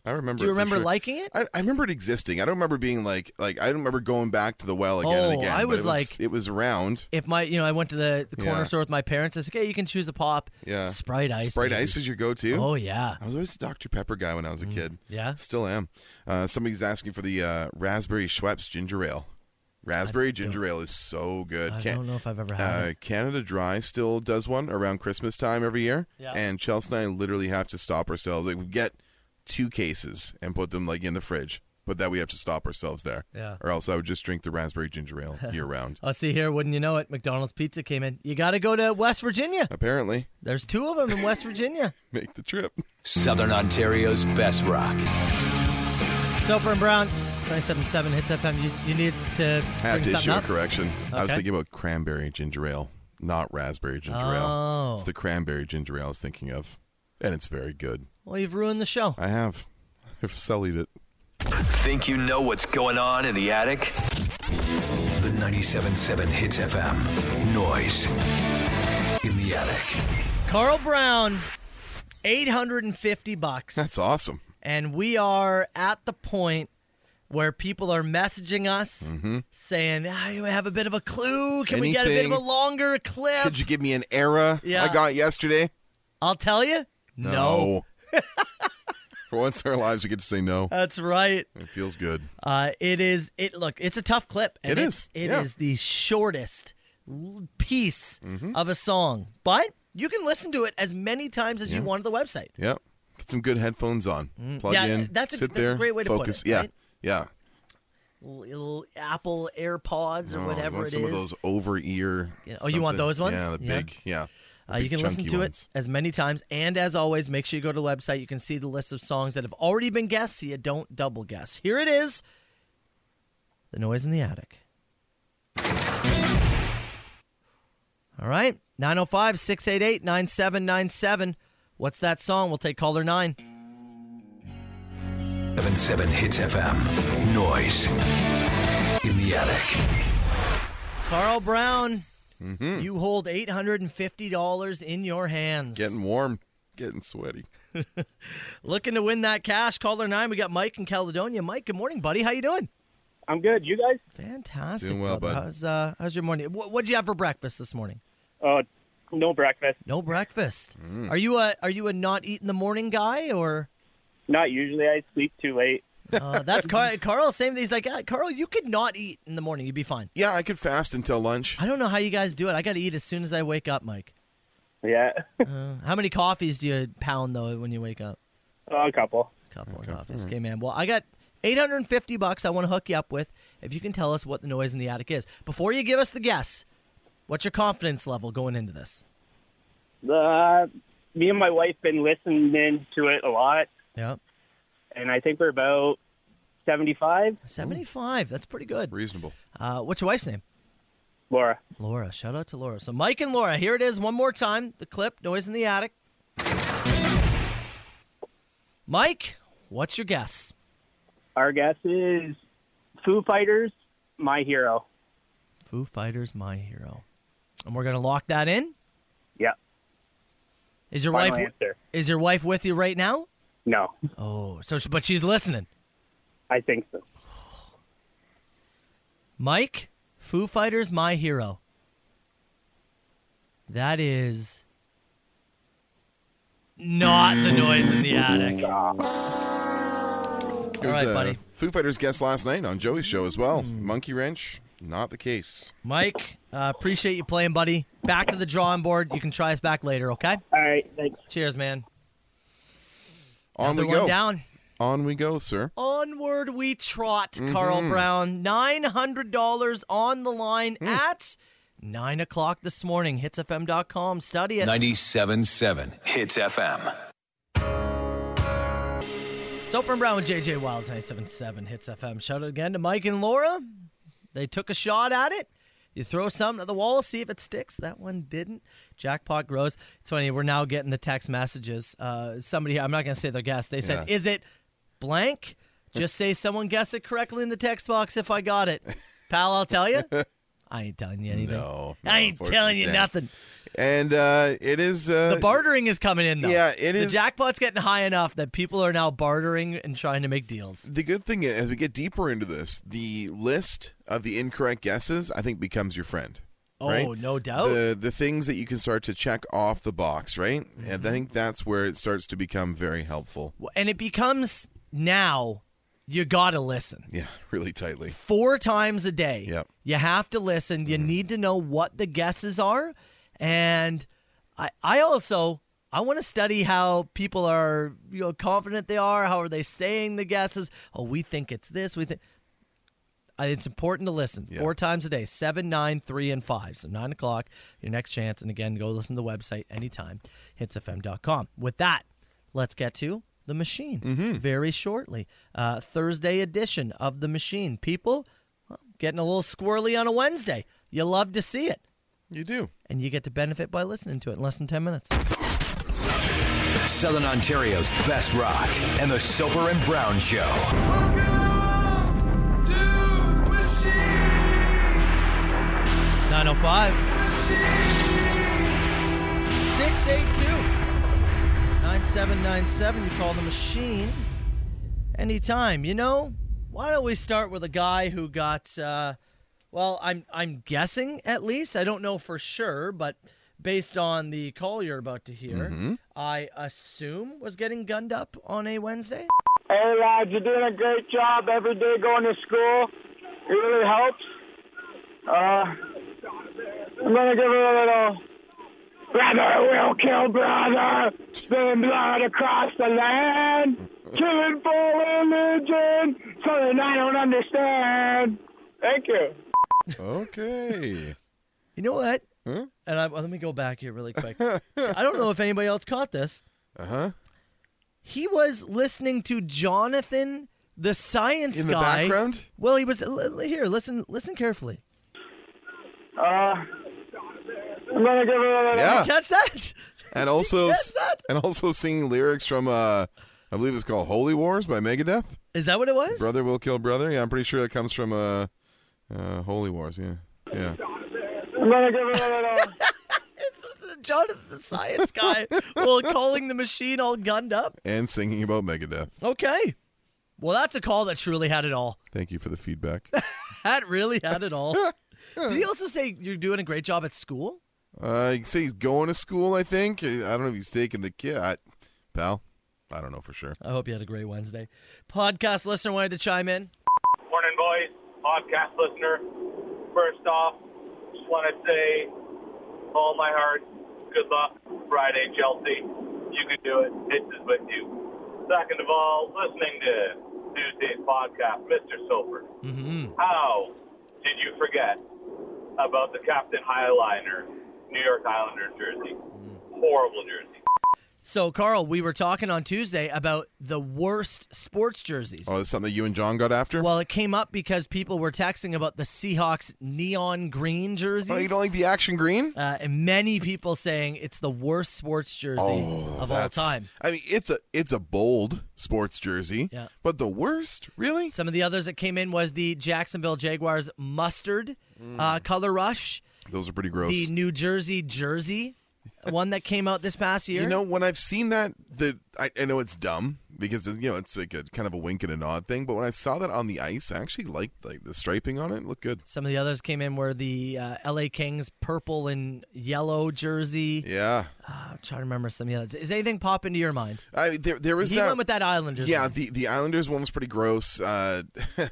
G: I remember.
F: Do you
G: it for
F: remember
G: sure.
F: liking it?
G: I, I remember it existing. I don't remember being like like I don't remember going back to the well again and
F: Oh,
G: again.
F: I
G: but
F: was
G: it
F: like-
G: it was around.
F: If my, you know, I went to the, the corner
G: Yeah.
F: store with my parents. I said, "Okay, you can choose a pop."
G: Yeah.
F: Sprite Ice.
G: Sprite
F: baby.
G: Ice is your go-to.
F: Oh yeah.
G: I was always a Dr. Pepper guy when I was a kid.
F: yeah?
G: Still am. Uh, somebody's asking for the uh, Raspberry Schweppes Ginger Ale. Raspberry Ginger Ale is so good.
F: I
G: Can-
F: don't know if I've ever had
G: uh,
F: it.
G: Canada Dry still does one around Christmas time every year.
F: Yeah.
G: And Chelsea and I literally have to stop ourselves. Like, we get two cases and put them like in the fridge, but that we have to stop ourselves there.
F: Yeah.
G: Or else I would just drink the Raspberry Ginger Ale year round.
F: Oh, see here, wouldn't you know it? McDonald's pizza came in. You got to go to West Virginia.
G: Apparently,
F: There's two of them in West Virginia.
G: make the trip.
E: Southern Ontario's best rock.
F: Soper and Brown, 27.7 hits FM. You, you need to
G: I have
F: bring
G: to issue
F: something
G: a
F: up.
G: correction. I was
F: Okay.
G: thinking about cranberry ginger ale, not raspberry ginger ale.
F: Oh.
G: It's the cranberry ginger ale I was thinking of, and it's very good.
F: Well, you've ruined the show.
G: I have, I've sullied it.
E: Think you know what's going on in the attic? The 97.7 Hits FM. Noise in the attic.
F: Carl Brown, 850 bucks.
G: That's awesome.
F: and we are at the point where people are messaging us
G: Mm-hmm.
F: saying, I have a bit of a clue. Can we get a bit of a
G: Anything-
F: longer clip?
G: Could you give me an era
F: Yeah.
G: I got yesterday?
F: I'll tell you.
G: No. For once in our lives, we get to say no.
F: That's right.
G: It feels good.
F: Uh, it is. It look. It's a tough clip. And
G: It is,
F: it's- It is
G: yeah.
F: the shortest l- piece
G: Mm-hmm.
F: of a song, but you can listen to it as many times as you want on the website.
G: Yep. Get some good headphones on. Plug
F: Mm. Yeah,
G: in.
F: that's a-
G: sit
F: that's a
G: there.
F: great way to put
G: focus.
F: it, right?
G: Yeah. Yeah.
F: Little Apple AirPods or
G: Oh, you
F: whatever
G: want
F: it
G: some of
F: is.
G: those over ear.
F: Yeah. Oh, you want those ones?
G: Yeah, the
F: Yeah.
G: big. Yeah. the
F: Uh, you
G: big
F: can listen
G: chunky
F: to
G: ones.
F: it as many times, and as always, make sure you go to the website. You can see the list of songs that have already been guessed, so you don't double guess. Here it is: the noise in the attic. All right, 905 688 9797. What's that song? We'll take caller nine.
E: 77 Hits FM. Noise in the attic.
F: Carl Brown,
G: Mm-hmm.
F: you hold $850 in your hands.
G: Getting warm, getting sweaty.
F: Looking to win that cash. Caller nine, we got Mike in Caledonia. Mike, good morning, buddy. How you doing?
D: I'm good. You guys?
F: Fantastic.
G: Doing well,
F: brother.
G: bud.
F: How's, uh, how's your morning? What, what'd you have for breakfast this morning?
D: Uh, No breakfast.
F: No breakfast.
G: Mm.
F: Are you a are you a not eat in the morning guy or?
D: Not usually. I sleep too late.
F: Uh, that's Carl. Carl, same. He's like, "Ah, Carl, you could not eat in the morning. You'd be fine.
G: Yeah, I could fast until lunch.
F: I don't know how you guys do it. I got to eat as soon as I wake up, Mike.
D: Yeah,
F: Uh, how many coffees do you pound though when you wake up?
D: a couple.
F: couple of coffees.
G: Mm-hmm.
F: Okay, man. Well, I got 850 bucks I want to hook you up with if you can tell us what the noise in the attic is. Before you give us the guess, what's your confidence level going into this?
D: Uh, me and my wife been listening to it a lot,
F: Yeah.
D: and I think we're about seventy-five.
F: 75. That's pretty good.
G: Reasonable.
F: Uh, what's your wife's name?
D: Laura,
F: Laura. Shout out to Laura. So, Mike and Laura, here it is one more time. The clip, noise in the attic. Mike, what's your guess?
D: our guess is Foo Fighters, my hero.
F: Foo Fighters, my hero. And we're going to lock that in.
D: Yeah,
F: Is your
D: final
F: wife
D: answer.
F: is your wife with you right now?
D: No,
F: Oh, so she, but she's listening.
D: I think so.
F: Mike, Foo Fighters, my hero. That is not the noise in the attic.
G: It was
F: right,
G: uh,
F: buddy.
G: Foo Fighters guest last night on Joey's show as well. Monkey wrench, not the case.
F: Mike, uh, appreciate you playing, buddy. Back to the drawing board. You can try us back later, okay?
D: All right, thanks.
F: Cheers, man.
G: On
F: Another
G: we
F: one
G: go.
F: down.
G: On we go, sir.
F: Onward we trot,
G: Mm-hmm.
F: Carl Brown. $900 on the line
G: Hmm.
F: at 9 o'clock this morning. Hitsfm.com. Study it.
E: 97.7 Hits FM.
F: Soper and Brown with JJ Wild 977 Hits FM. Shout out again to Mike and Laura. They took a shot at it. You throw something at the wall, see if it sticks. That one didn't. Jackpot grows. It's funny, we're now getting the text messages. Uh, somebody, I'm not going to say their guess. They said, Is it blank? Just say someone guess it correctly in the text box if I got it. Pal, I'll tell you. I ain't telling you anything.
G: No, Oh, no,
F: I ain't telling
G: unfortunately,
F: you
G: dang.
F: nothing.
G: And uh, it is uh,
F: The bartering is coming in, though.
G: yeah, it
F: the
G: is-
F: jackpot's getting high enough that people are now bartering and trying to make deals.
G: The good thing is, as we get deeper into this, the list of the incorrect guesses, I think, becomes your friend.
F: Oh,
G: right?
F: no doubt.
G: The the things that you can start to check off the box, right?
F: Mm-hmm.
G: And I think that's where it starts to become very helpful.
F: Well, And it becomes now you got to listen.
G: Yeah, really tightly.
F: Four times a day.
G: Yep. Mm-hmm.
F: You have to listen. You need to know what the guesses are. And I I also I want to study how people are, you know, confident they are, how are they saying the guesses? Oh, we think it's this, we think Uh, it's important to listen
G: Yeah.
F: four times a day, seven, nine, three, and five. So nine o'clock, your next chance. And again, go listen to the website anytime, hitsfm.com. With that, let's get to the machine very shortly. Uh, Thursday edition of the machine. People well, getting a little squirrely on a Wednesday. You love to see it,
G: You do.
F: and you get to benefit by listening to it in less than 10 minutes.
E: Southern Ontario's best rock and the Soper and Brown Show.
F: Nine oh five. Six eight two. Nine seven nine seven. You call the machine anytime. You know. Why don't we start with a guy who got? Uh, well, I'm I'm guessing at least. I don't know for sure, but based on the call you're about to hear, I assume was getting gunned up on a Wednesday.
H: Hey lads, you're doing a great job every day going to school. It really helps. Uh, I'm gonna give her a little. Brother will kill brother, spilling blood across the land, killing for religion, something I don't understand. Thank you.
G: Okay.
F: You know what?
G: Hmm?
F: And I, well, let me go back here really quick. I don't know if anybody else caught this. Uh huh.
G: Uh-huh.
F: He was listening to Jonathan, the science
G: In the
F: guy.
G: background?
F: Well, he was l- l- here. Listen, listen carefully.
H: I'm gonna give her a little.
G: Yeah.
F: Catch that?
G: And also
F: Yes, that-
G: and also singing lyrics from uh I believe it's called Holy Wars by Megadeth.
F: Is that what it was?
G: Brother will kill brother. Yeah, I'm pretty sure that comes from uh, uh Holy Wars, yeah. Yeah.
H: I'm gonna give her a little.
F: It's Jonathan, the science guy, while calling the machine all gunned up.
G: And singing about Megadeth.
F: Okay. Well, that's a call that truly had it all.
G: Thank you for the feedback.
F: That really had it all. Did he also say you're doing a great job at school?
G: Uh, you can say he's going to school. I think. I don't know if he's taking the kid, I, pal. I don't know for sure.
F: I hope you had a great Wednesday. Podcast listener wanted to chime in.
I: Morning, boys, podcast listener. First off, just want to say all my heart, good luck Friday, Chelsea. You can do it. Hits is with you. Second of all, listening to Tuesday's podcast, Mr. Silver,
F: Mm-hmm.
I: how did you forget about the Captain Highliner New York Islanders jersey? Horrible jersey.
F: So, Carl, we were talking on Tuesday about the worst sports jerseys.
G: Oh, is something that you and John got after?
F: Well, it came up because people were texting about the Seahawks neon green jerseys.
G: oh, you don't like the action green?
F: uh, and many people saying it's the worst sports jersey of all
G: Oh, That's-
F: time.
G: I mean, it's a it's a bold sports jersey.
F: Yeah.
G: But the worst, really?
F: Some of the others that came in was the Jacksonville Jaguars mustard uh, color rush,
G: Mm. Those are pretty gross.
F: the New Jersey jersey, one that came out this past year.
G: You know, when I've seen that, the I, I know it's dumb because you know it's like a kind of a wink and a nod thing. But when I saw that on the ice, I actually liked like the striping on it. Looked good.
F: Some of the others came in were the uh, LA Kings purple and yellow jersey.
G: Yeah,
F: I'm trying to remember some of the others. Is anything pop into your mind?
G: I mean, there there was
F: he
G: that.
F: went with that Islanders.
G: yeah,
F: one.
G: the the Islanders one was pretty gross. Uh,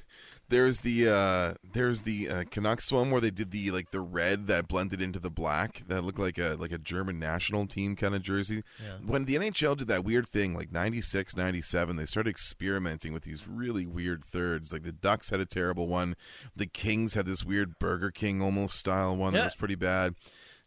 G: there's the uh, there's the uh, Canucks one where they did the like the red that blended into the black that looked like a like a German national team kind of jersey. When the NHL did that weird thing like 96, 97, they started experimenting with these really weird thirds. Like the Ducks had a terrible one, the Kings had this weird Burger King almost style one
F: Yeah.
G: that was pretty bad.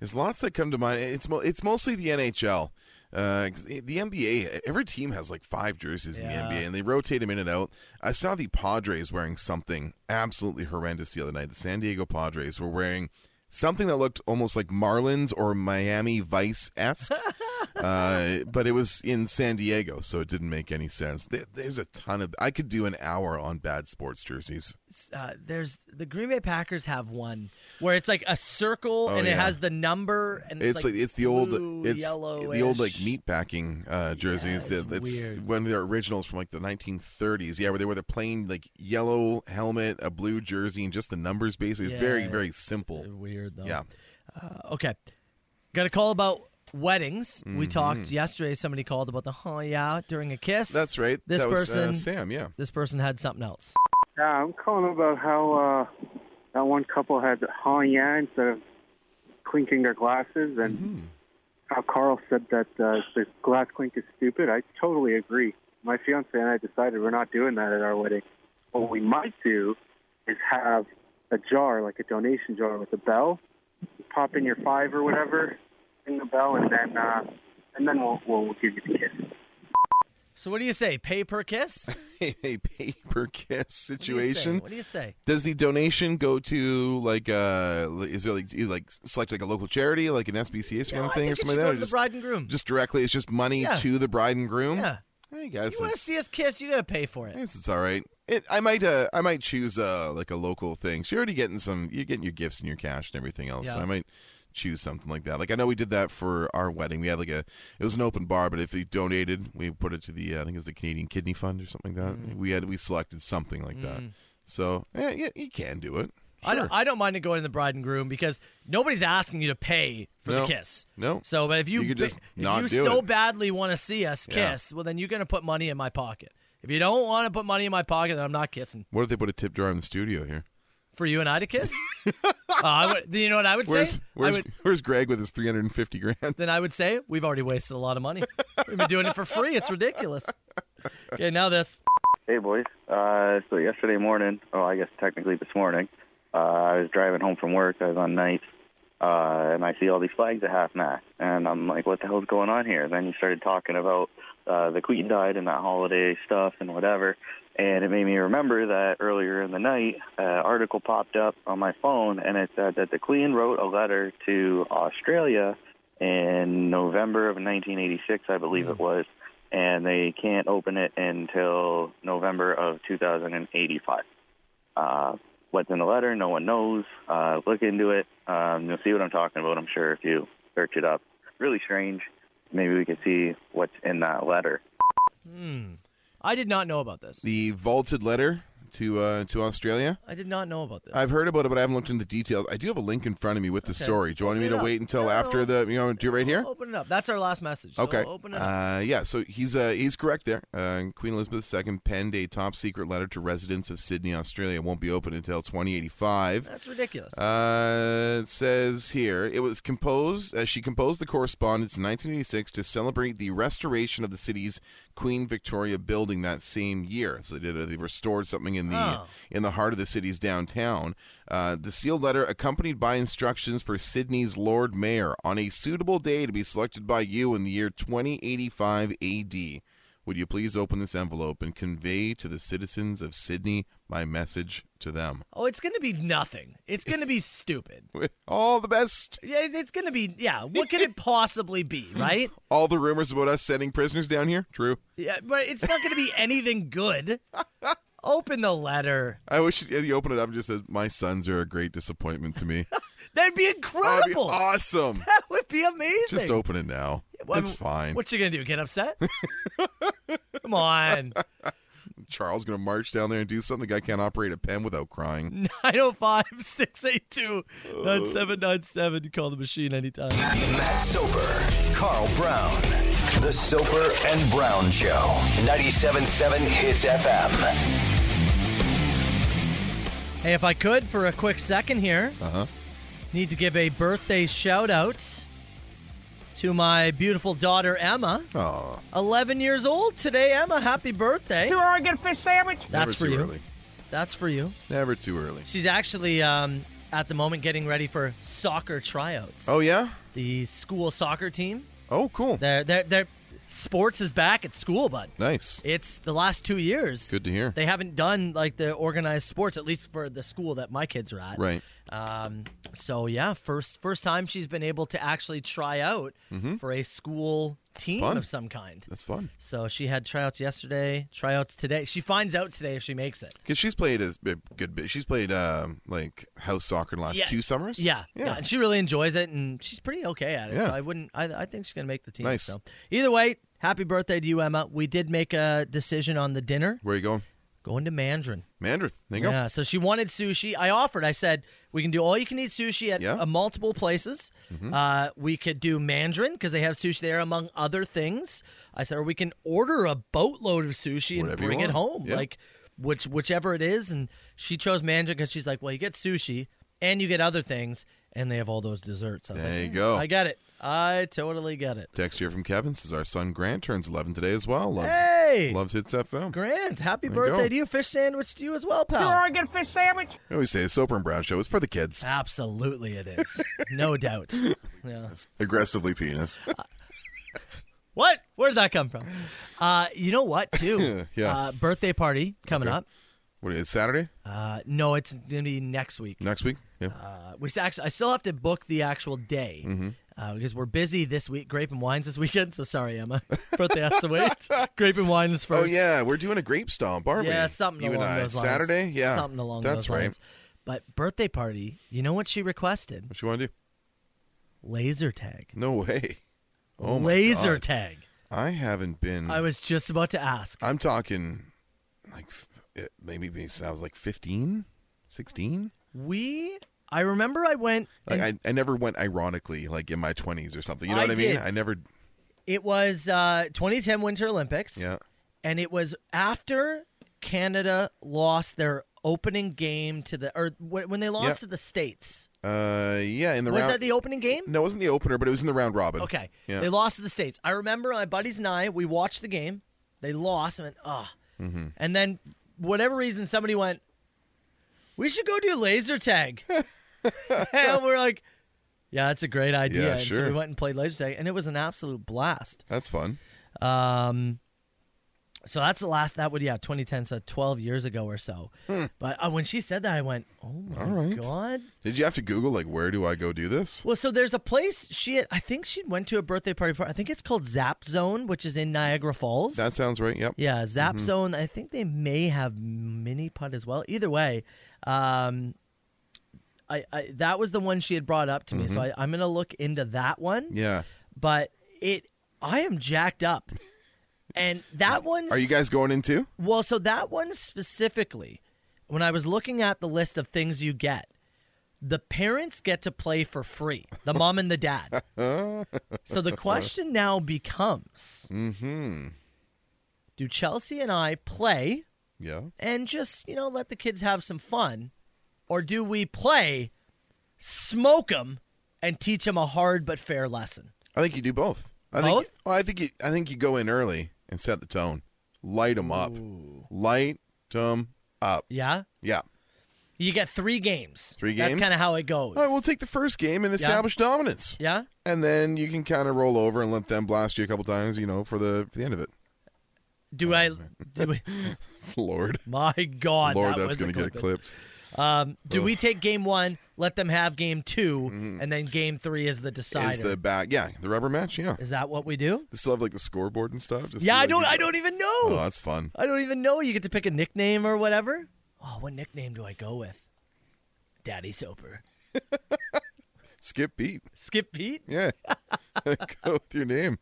G: There's lots that come to mind. It's mo- it's mostly the NHL. Uh, 'cause the NBA, every team has like five jerseys
F: Yeah.
G: in the NBA, and they rotate them in and out. I saw the Padres wearing something absolutely horrendous the other night. The San Diego Padres were wearing something that looked almost like Marlins or Miami Vice esque, uh, but it was in San Diego, so it didn't make any sense. There, there's a ton of. I could do an hour on bad sports jerseys.
F: uh, there's the Green Bay Packers have one where it's like a circle
G: Oh,
F: and it
G: yeah.
F: has the number and
G: It's like, it's the old
F: blue,
G: it's the old like
F: yellowish.
G: meat packing uh, jerseys.
F: it's
G: that, that's
F: weird.
G: one of their originals from like the 1930s. Yeah, where they were the plain like yellow helmet, a blue jersey, and just the numbers. Basically, it's very
F: Yeah.
G: very simple.
F: Weird though.
G: Yeah,
F: Okay. Got a call about weddings.
G: Mm-hmm.
F: We talked yesterday. Somebody called about the oh yeah during a kiss.
G: that's right.
F: This
G: that was uh,
F: person-
G: Sam. Yeah.
F: This person had something else.
H: Yeah, I'm calling about how uh, that one couple had huh yeah instead of clinking their glasses, and how Carl said that uh, the glass clink is stupid. I totally agree. My fiance and I decided we're not doing that at our wedding. What we might do is have a jar, like a donation jar, with a bell. Pop in your five or whatever, ring the bell, and then uh, and then we'll, we'll give you the kiss.
F: So what do you say? Pay per kiss
G: a paper kiss
F: What do you say?
G: situation.
F: What do you say?
G: Does the donation go to like uh is there like you like select like a local charity like an SBCS kind
F: No,
G: of
F: I
G: thing
F: think
G: or
F: it
G: something like
F: should go
G: that?
F: to
G: Or
F: the
G: just,
F: bride and groom.
G: just directly, it's just money
F: Yeah.
G: to the bride and groom.
F: Yeah.
G: I guess
F: You want to
G: that's-
F: see us kiss? You got to pay for it.
G: Yes, it's all right. It, I might uh, I might choose uh, like a local thing. So you're already getting some. You're getting your gifts and your cash and everything else. So
F: Yeah.
G: I might choose something like that. Like I know we did that for our wedding. We had like a it was an open bar, but if you donated, we put it to the uh, I think it's the Canadian Kidney Fund or something like
F: Mm.
G: that. We had we selected something like that. So yeah, yeah, you can do it.
F: I
G: Sure.
F: don't. I don't mind it going to the bride and groom because nobody's asking you to pay for
G: No.
F: the kiss.
G: No.
F: So, but if you,
G: You could
F: ba-
G: just
F: if
G: not
F: you
G: do
F: so
G: it.
F: badly want to see us
G: Yeah.
F: kiss, well, then you're gonna put money in my pocket. If you don't want to put money in my pocket, then I'm not kissing.
G: What if they put a tip jar in the studio here?
F: For you and I to kiss? uh, I would, you know what I would
G: Where's
F: say?
G: where's
F: I would,
G: where's Greg with his three hundred and fifty grand?
F: then I would say we've already wasted a lot of money. We've been doing it for free. It's ridiculous. Okay, now this.
J: Hey, boys. Uh, so yesterday morning, oh, I guess technically this morning, uh, I was driving home from work. I was on nights, uh, and I see all these flags at half mast, and I'm like, "What the hell's going on here?" And then you started talking about uh, the Queen died and that holiday stuff and whatever, and it made me remember that earlier in the night, uh, an article popped up on my phone, and it said that the Queen wrote a letter to Australia in November of 1986, I believe it was, and they can't open it until November of 2085. Uh, what's in the letter? No one knows. Uh, look into it. Um, you'll see what I'm talking about, I'm sure, if you search it up. Really strange. Maybe we could see what's in that letter.
F: I did not know about this.
G: The vaulted letter to uh, to Australia?
F: I did not know about this.
G: I've heard about it, but I haven't looked into details. I do have a link in front of me with the
F: Okay.
G: story. Do you want me
F: Open
G: to
F: it up.
G: wait until
F: No, no,
G: after the you know do it right here?
F: Open it up. That's our last message. so
G: okay.
F: Open it up.
G: Uh, yeah, so he's uh, he's correct there. Uh, Queen Elizabeth II penned a top secret letter to residents of Sydney, Australia. It won't be open until 2085.
F: That's ridiculous.
G: Uh, it says here it was composed. Uh, she composed the correspondence in 1986 to celebrate the restoration of the city's Queen Victoria building that same year. So they did. A, they restored something in the
F: Oh.
G: in the heart of the city's downtown. Uh, the sealed letter, accompanied by instructions for Sydney's Lord Mayor on a suitable day to be selected by you in the year 2085 A.D. Would you please open this envelope and convey to the citizens of Sydney my message to them?
F: oh, it's going to be nothing. It's going to be stupid.
G: With all the best
F: Yeah, it's going to be. Yeah, what could it possibly be, right?
G: All the rumors about us sending prisoners down here? True.
F: Yeah, but it's not going to be anything good. Open the letter.
G: I wish you open it up and just says, My sons are a great disappointment to me.
F: That'd be
G: That'd be
F: incredible.
G: awesome.
F: That would be amazing.
G: Just open it now.
F: Well,
G: It's fine.
F: What you gonna do? Get upset? Come on.
G: Charles gonna march down there and do something. The guy can't operate a pen without crying.
F: 905 682 9797. Call the machine anytime.
E: Matt Soper, Carl Brown. The Soper and Brown Show. 97.7 Hits FM.
F: Hey, if I could for a quick second here,
G: Uh-huh.
F: need to give a birthday shout out to my beautiful daughter, Emma.
G: Oh,
F: 11 years old today, Emma. Happy birthday.
C: You want to get a fish sandwich?
G: never
F: That's for
G: too
F: you.
G: early.
F: That's for you.
G: Never too early.
F: She's actually um, at the moment getting ready for soccer tryouts.
G: Oh yeah?
F: The school soccer team.
G: Oh cool.
F: They're, they're, they're, sports is back at school, bud.
G: Nice.
F: It's the last two years.
G: Good to hear.
F: They haven't done like the organized sports, at least for the school that my kids are at.
G: Right.
F: Um, so yeah, first first time she's been able to actually try out for a school team
G: Mm-hmm. fun.
F: of some kind.
G: That's fun.
F: So she had tryouts yesterday, tryouts today. She finds out today if she makes it.
G: Cause she's played a bit- good bit. She's played um, like house soccer the last
F: Yeah.
G: two summers.
F: Yeah, yeah,
G: Yeah.
F: and she really enjoys it, and she's pretty okay at it.
G: Yeah.
F: So I wouldn't. I, I think she's gonna make the team.
G: Nice.
F: So either way, happy birthday to you, Emma. We did make a decision on the dinner.
G: Where are you going?
F: Going to Mandarin.
G: Mandarin. There you go.
F: Yeah, so she wanted sushi. I offered. I said we can do all you can eat sushi at
G: Yeah. Mm-hmm.
F: uh, multiple places. Uh, we could do Mandarin because they have sushi there, among other things. I said, or we can order a boatload of sushi and
G: Whatever you
F: bring it
G: want.
F: home,
G: Yeah.
F: like which whichever it is. And she chose Mandarin because she's like, well, you get sushi and you get other things, and they have all those desserts. I was
G: There
F: like,
G: you
F: "Mm,
G: go."
F: I get it. I totally get it.
G: Text here from Kevin says our son Grant turns 11 today as well. Loves,
F: Hey!
G: loves hits FM.
F: Grant, happy
G: There you
F: birthday
G: go.
F: to you. Fish sandwich to you as well, pal.
C: You want to get a fish sandwich?
G: I always say the Soper and Brown show is for the kids.
F: Absolutely, it is. no doubt. Yeah.
G: Aggressively penis.
F: What? Where did that come from? Uh, you know what, too?
G: Yeah.
F: Uh, birthday party coming
G: Okay.
F: up.
G: What is it, Saturday?
F: Uh, no, it's gonna be next week.
G: Next week? Yeah.
F: Uh, we s- actually, I still have to book the actual day
G: Mm-hmm.
F: uh, because we're busy this week. Grape and wines this weekend. So sorry, Emma. birthday has to wait. Grape and wine is first.
G: oh, yeah. We're doing a grape stomp, aren't we?
F: Yeah, something
G: you
F: along
G: and I.
F: those lines.
G: Saturday? Yeah.
F: something along
G: That's
F: those
G: right.
F: lines. But birthday party. You know what she requested?
G: What you want to do?
F: Laser tag.
G: No way. Oh, my
F: Laser
G: God.
F: tag.
G: I haven't been.
F: I
G: I
F: was just about to ask.
G: am talking like f- it- maybe since I was like 15, 16.
F: We. I remember I went.
G: Like,
F: and
G: I, I never went ironically, like in my 20s or something. You know
F: I
G: what I mean?
F: did.
G: I never.
F: It was uh, 2010 Winter Olympics.
G: Yeah.
F: And it was after Canada lost their opening game to the, or wh- when they lost
G: Yeah.
F: to the States.
G: Uh, yeah, in the
F: was
G: round.
F: that the opening game?
G: No, it wasn't the opener, but it was in the round robin.
F: Okay.
G: Yeah.
F: They lost to the States. I remember my buddies and I, we watched the game. They lost. I went, ah.
G: Mm-hmm.
F: And then, whatever reason, somebody went, we should go do laser tag. and we're like, yeah, that's a great idea.
G: Yeah,
F: and so we
G: sure.
F: went and played laser tag, and it was an absolute blast.
G: That's fun.
F: Um, so that's the last that would yeah 2010 so 12 years ago or so. But uh, when she said that, I went, oh my
G: Hmm. All right.
F: god.
G: Did you have to Google like where do I go do this?
F: Well, so there's a place she had, I think she went to a birthday party for. I think it's called Zap Zone, which is in Niagara Falls.
G: That sounds right. Yep.
F: yeah, Zap
G: Mm-hmm.
F: Zone. I think they may have mini putt as well. Either way, um, I, I that was the one she had brought up to me. So I, I'm gonna look into that one.
G: Mm-hmm. Yeah.
F: But it, I am jacked up. And that one,
G: Are you guys going in too?
F: Well, so that one specifically, when I was looking at the list of things you get, the parents get to play for free, the mom and the dad. so the question now becomes
G: Mm-hmm.
F: do Chelsea and I play
G: Yeah.
F: and just, you know, let the kids have some fun? Or do we play, smoke them, and teach them a hard but fair lesson?
G: I think you do both. I
F: Both?
G: think. Well, I think you. I think you go in early and set the tone. Light them up. Light them up.
F: Yeah?
G: Yeah.
F: You get three games.
G: Three
F: That's
G: games?
F: kind of how it goes.
G: All right, we'll take the first game and establish dominance,
F: yeah?
G: and then you can kind of roll over and let them blast you a couple times, you know, for the for the end of it.
F: Do I. Do we,
G: Lord,
F: my God.
G: Lord,
F: that
G: that's
F: was a
G: gonna get
F: clip-in.
G: clipped.
F: Um, do
G: Ugh.
F: we take game one, let them have game 2 and then game three is the decider?
G: Mm-hmm. Is the back? Yeah, the rubber match. Yeah,
F: Is that what we do?
G: they still have like the scoreboard and stuff. just
F: yeah,
G: so,
F: I
G: like,
F: don't.
G: you-
F: I don't even know.
G: Oh, that's fun.
F: I don't even know. You get to pick a nickname or whatever. Oh, what nickname do I go with? Daddy Soper.
G: Skip beat.
F: Skip Pete.
G: Yeah, go with your name.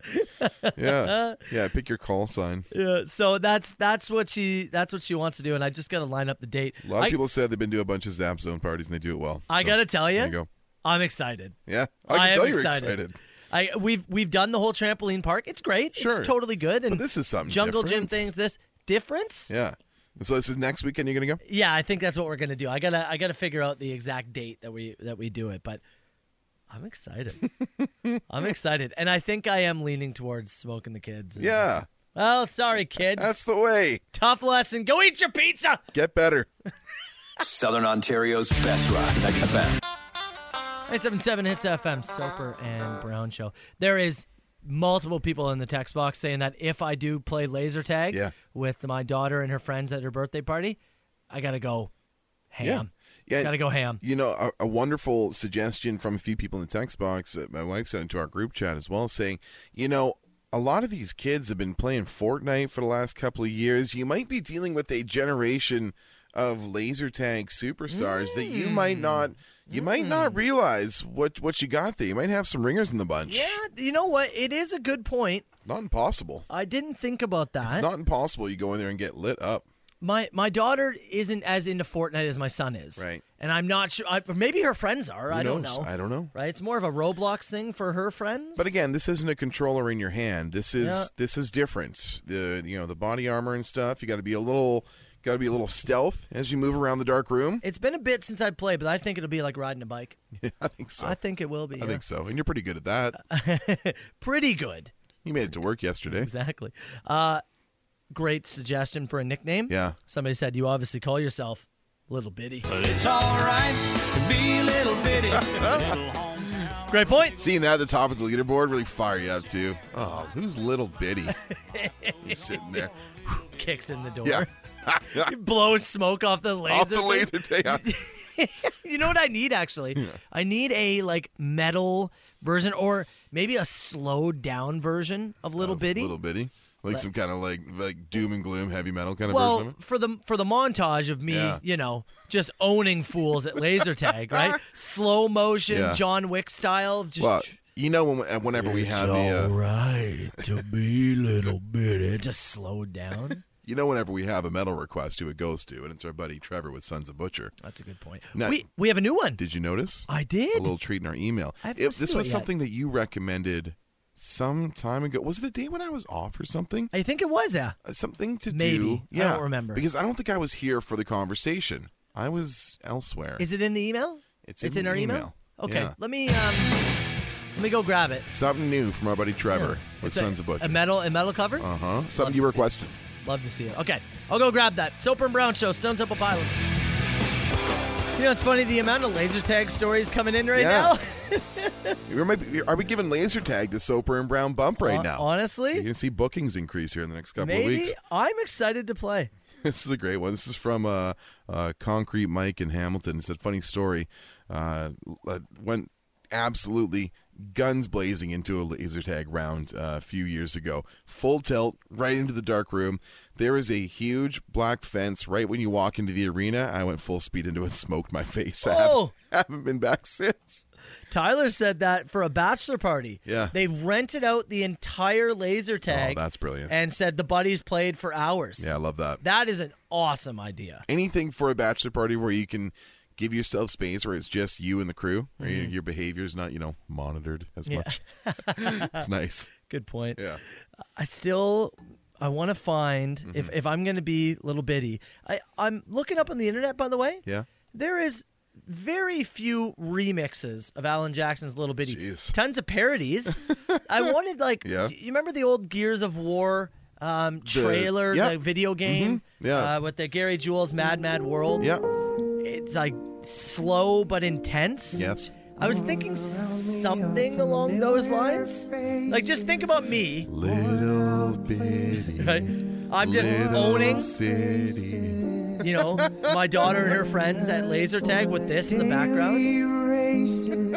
G: Yeah, yeah. Pick your call sign.
F: Yeah. So that's that's what she that's what she wants to do, and I just got to line up the date.
G: A lot of
F: I,
G: people said they've been to a bunch of Zap Zone parties and they do it well.
F: I
G: So,
F: gotta tell
G: there
F: you,
G: you go.
F: I'm excited.
G: Yeah, I can
F: am
G: tell you're
F: excited.
G: excited.
F: I we've we've done the whole trampoline park. It's great.
G: Sure.
F: It's totally good. And
G: But this is something
F: jungle gym
G: different.
F: things. This difference.
G: Yeah. And so this is next weekend. You're gonna go?
F: Yeah, I think that's what we're gonna do. I gotta I gotta figure out the exact date that we that we do it, but I'm excited. I'm excited, and I think I am leaning towards smoking the kids. and-
G: Yeah,
F: Well, sorry, kids.
G: that's the way.
F: Tough lesson. Go eat your pizza.
G: Get better.
E: Southern Ontario's best rock 90 FM.
F: 977 hits FM. Soper and Brown show. There is multiple people in the text box saying that if I do play laser tag
G: Yeah.
F: with my daughter and her friends at her birthday party, I gotta go ham.
G: Yeah. Yeah.
F: Gotta go ham.
G: You know, a, a wonderful suggestion from a few people in the text box. uh, My wife sent into our group chat as well, saying, you know, a lot of these kids have been playing Fortnite for the last couple of years. You might be dealing with a generation of laser tag superstars that you
F: Hmm.
G: might not. You might not realize what what you got there. You might have some ringers in the bunch.
F: Yeah, you know what? It is a good point.
G: It's not impossible.
F: I didn't think about that.
G: It's not impossible. You go in there and get lit up.
F: my my daughter isn't as into Fortnite as my son is.
G: Right.
F: And I'm not sure. I, maybe her friends are.
G: Who
F: I don't
G: knows?
F: know.
G: I don't know.
F: right. It's more of a Roblox thing for her friends.
G: But again, this isn't a controller in your hand. This is
F: Yeah.
G: this is different. The you know the body armor and stuff. You got to be a little got to be a little stealth as you move around the dark room.
F: it's been a bit since I played, but I think it'll be like riding a bike.
G: Yeah, I think so.
F: I think it will be.
G: I think so. And you're pretty good at that.
F: so. Pretty good.
G: You made it to work yesterday.
F: Exactly. Uh, great suggestion for a nickname.
G: Yeah.
F: Somebody said you obviously call yourself Little Bitty.
B: It's alright to be little bitty.
F: Great point.
G: Seeing that at the top of the leaderboard really fire you up too. Oh, who's little bitty? You're sitting there.
F: Kicks in the door.
G: Yeah.
F: Blows smoke off the laser.
G: Off the
F: thing.
G: laser tag. Yeah.
F: you know what I need actually? I need a like metal version or maybe a slowed down version of Little Bitty.
G: Little bitty. Like some kind of like like doom and gloom heavy metal kind of version
F: well,
G: of it.
F: for the for the montage of me,
G: Yeah.
F: you know, just owning fools at laser tag, right? Slow motion,
G: Yeah.
F: John Wick style. Just
G: Well, you know when, whenever we have a uh,
F: right to be little bitty. Just slowed down.
G: You know, whenever we have a metal request, who it goes to, and it's our buddy Trevor with Sons of Butcher.
F: That's a good point.
G: Now-
F: we we have a new one.
G: Did you notice?
F: I did.
G: A little treat in our email.
F: I haven't
G: If
F: listened
G: this
F: to
G: was
F: it yet.
G: something that you recommended some time ago. Was it a day when I was off or something?
F: I think it was yeah.
G: Uh, Something to
F: Maybe.
G: do.
F: I don't remember.
G: Because I don't think I was here for the conversation. I was elsewhere.
F: Is it in the email?
G: It's
F: It's
G: in
F: in,
G: the
F: our email.
G: email.
F: Okay,
G: Yeah.
F: let me um, let me go grab it.
G: something new from our buddy Trevor with
F: It's a-
G: Sons of
F: A
G: Butcher.
F: metal a metal cover.
G: uh huh.
F: Love
G: Something
F: to
G: you
F: see it.
G: requested.
F: Love to see it. Okay, I'll go grab that. Soper and Brown Show, Stone Temple Pilots. You know, it's funny the amount of laser tag stories coming in right
G: Yeah.
F: now.
G: We might be- Are we giving laser tag the Soper and Brown bump right
F: Hon-
G: now? You're
F: honestly,
G: going to see bookings increase here in the next couple of
F: maybe
G: weeks.
F: I'm excited to play.
G: this is a great one. This is from uh, uh, Concrete Mike in Hamilton. It's a funny story. Uh, l- uh, went absolutely guns blazing into a laser tag round uh, a few years ago. Full tilt, right into the dark room. There is a huge black fence right when you walk into the arena. I went full speed into it, smoked my face. I haven't,
F: Oh!
G: haven't been back since.
F: Tyler said that for a bachelor party.
G: Yeah.
F: They rented out the entire laser
G: Oh,
F: tag
G: that's brilliant.
F: and said the buddies played for hours.
G: Yeah, I love that.
F: That is an awesome idea.
G: anything for a bachelor party where you can give yourself space where it's just you and the crew where your- your behavior is not you know monitored as
F: Mm-hmm. Yeah.
G: much it's nice
F: Good point.
G: yeah
F: I still I want to find if,
G: Mm-hmm.
F: if I'm going to be little bitty. I I'm looking up on the internet by the way.
G: yeah
F: There is very few remixes of Alan Jackson's Little Bitty.
G: Jeez.
F: Tons of parodies. I wanted like
G: Yeah.
F: do you remember the old Gears of War um, trailer,
G: yeah. Mm-hmm.
F: the video game,
G: Yeah.
F: uh, with the Gary Jules Mad Mad World.
G: yeah
F: It's like slow but intense.
G: yes
F: I was thinking something along those lines. Like, just think about me.
G: little bitty
F: Right? I'm just
G: little
F: owning,
G: city
F: you know, my daughter and her friends at laser tag with this in the background.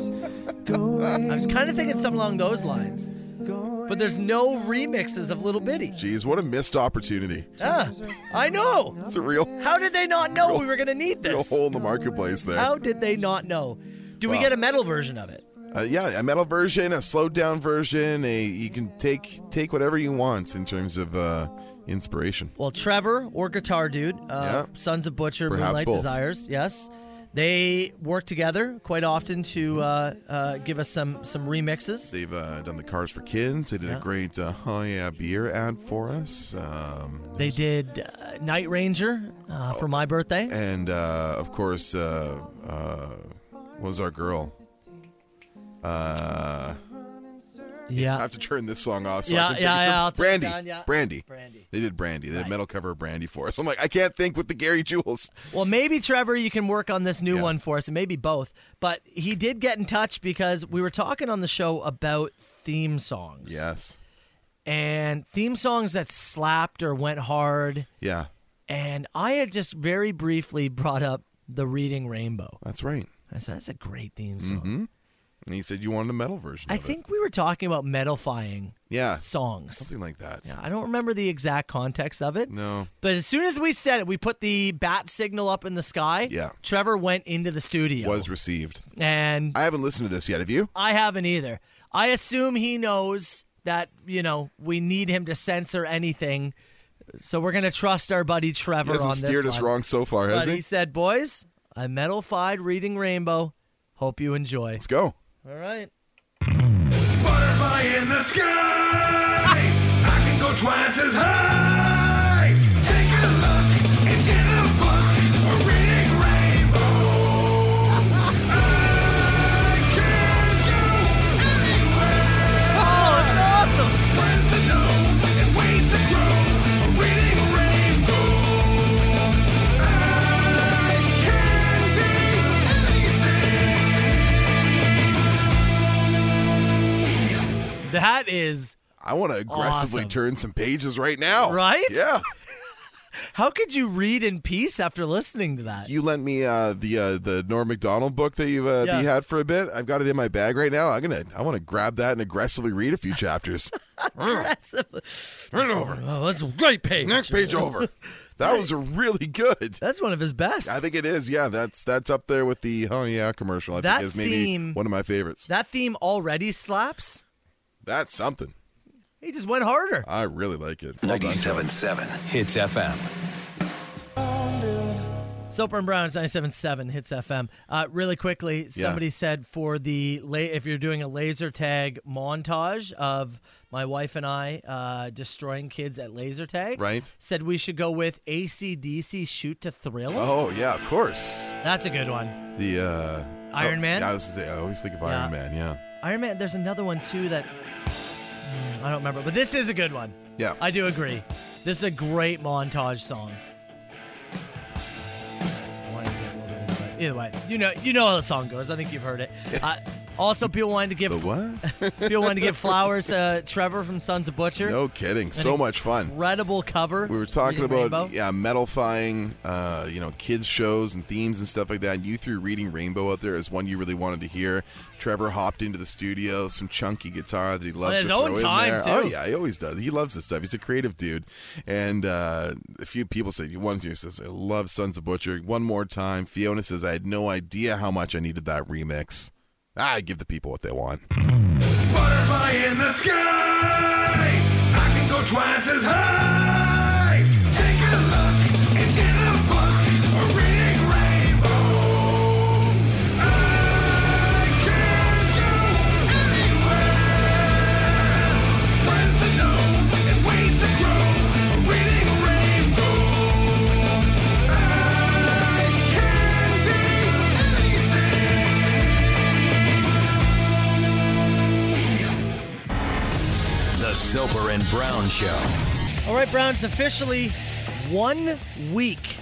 F: I was kind of thinking something along those lines. But there's no remixes of Little Bitty.
G: jeez what a missed opportunity
F: Ah, I know.
G: it's a real,
F: How did they not know we were going to need
G: real
F: this?
G: hole in the marketplace there
F: How did they not know? Do we
G: Wow.
F: get a metal version of it?
G: uh, yeah a metal version a slowed down version a you can take take whatever you want in terms of uh inspiration
F: Well, Trevor or Guitar Dude, uh,
G: Yeah.
F: Sons of Butcher,
G: Perhaps
F: Moonlight
G: both.
F: Desires, yes. They work together quite often to uh, uh, give us some some remixes.
G: They've uh, done the Cars for Kids. They did
F: Yeah.
G: a great uh, Oh Yeah beer ad for us. Um,
F: They did uh, Night Ranger uh, for my birthday.
G: Oh, and uh, of course, uh, uh, what was our girl? Uh, I
F: Yeah,
G: have to turn this song off. So
F: Yeah,
G: I can
F: yeah,
G: think of-
F: yeah, I'll take it
G: Brandy,
F: down, yeah.
G: Brandy,
F: Brandy.
G: They did Brandy. They did
F: Right.
G: a metal cover of Brandy for us. I'm like, I can't think with the Gary Jules.
F: Well, maybe Trevor, you can work on this new
G: Yeah.
F: one for us, and maybe both. But he did get in touch because we were talking on the show about theme songs.
G: Yes.
F: And theme songs that slapped or went hard.
G: Yeah,
F: And I had just very briefly brought up the Reading Rainbow.
G: that's right.
F: I said, that's a great theme song.
G: Mm-hmm. And he said you wanted a metal version
F: I
G: of it.
F: think we were talking about metalifying
G: Yeah,
F: songs.
G: something like that.
F: Yeah, I don't remember the exact context of it.
G: No.
F: But as soon as we said it, we put the bat signal up in the sky.
G: Yeah.
F: Trevor went into the studio.
G: Was received.
F: and
G: I haven't listened to this yet. Have you?
F: I haven't either. I assume he knows that, you know, we need him to censor anything. So we're going to trust our buddy Trevor
G: He hasn't
F: on this.
G: steered us
F: one.
G: wrong so far, has
F: But
G: he?
F: he said, boys, I metal-fied Reading Rainbow. Hope you enjoy.
G: Let's go.
F: All right.
B: Butterfly in the sky. I can go twice as high. Take a look. It's in a book. A reading rainbow. I can go anywhere.
F: Oh, that's awesome.
B: Friends to know and ways to grow. A reading rainbow. I can do anything.
F: That is.
G: I want to aggressively
F: Awesome.
G: turn some pages right now.
F: Right?
G: Yeah.
F: How could you read in peace after listening to that?
G: You lent me uh, the uh, the Norm Macdonald book that you uh,
F: Yeah.
G: you had for a bit. I've got it in my bag right now. I'm gonna I want to grab that and aggressively read a few chapters.
F: Impressive.
G: Turn it over.
F: Oh, that's a great page.
G: Next page over. That was really good.
F: That's one of his best.
G: I think it is. Yeah, that's that's up there with the oh yeah commercial. I
F: That
G: think is maybe
F: theme-
G: one of my favorites.
F: that theme already slaps.
G: that's something.
F: He just went harder.
G: I really like it. Well done.
E: 97.7 Hits FM.
F: Soper and Brown's 97.7 hits FM. Uh, really quickly, somebody said for the la- if you're doing a laser tag montage of my wife and I uh, destroying kids at laser tag,
G: Right.
F: Said we should go with ACDC Shoot to Thrill.
G: Oh yeah, of course.
F: That's a good one.
G: The uh,
F: Iron
G: oh,
F: Man?
G: Yeah, I, was gonna say, I always think of Iron
F: Yeah.
G: Man. Yeah.
F: Iron Man. There's another one too that Hmm, I don't remember, but this is a good one.
G: Yeah.
F: I do agree. This is a great montage song. I wanted to get a little bit into it. Either way, you know you know how the song goes. I think you've heard it. Uh, Also, people wanted to give
G: what?
F: people wanted to give flowers. Uh, Trevor from Sons of Butcher.
G: No kidding. So much fun.
F: Incredible cover.
G: We were talking
F: Reading
G: about
F: Rainbow.
G: yeah, metalfying, uh, you know, kids shows and themes and stuff like that. And you threw "Reading Rainbow" out there as one you really wanted to hear. Trevor hopped into the studio, some chunky guitar that he loves
F: his
G: to throw
F: own
G: in
F: time,
G: there.
F: too.
G: Oh yeah, he always does. He loves this stuff. He's a creative dude. And uh, a few people said, "One of you says I love Sons of Butcher." One more time, Fiona says, "I had no idea how much I needed that remix." I give the people what they want.
B: Butterfly in the sky. I can go twice as high. Take a look, it's in a book, a reading rainbow. I can go anywhere. Friends to know and ways to grow, a reading rainbow. I can do
E: The Soper and Brown Show.
F: All right, Browns officially one week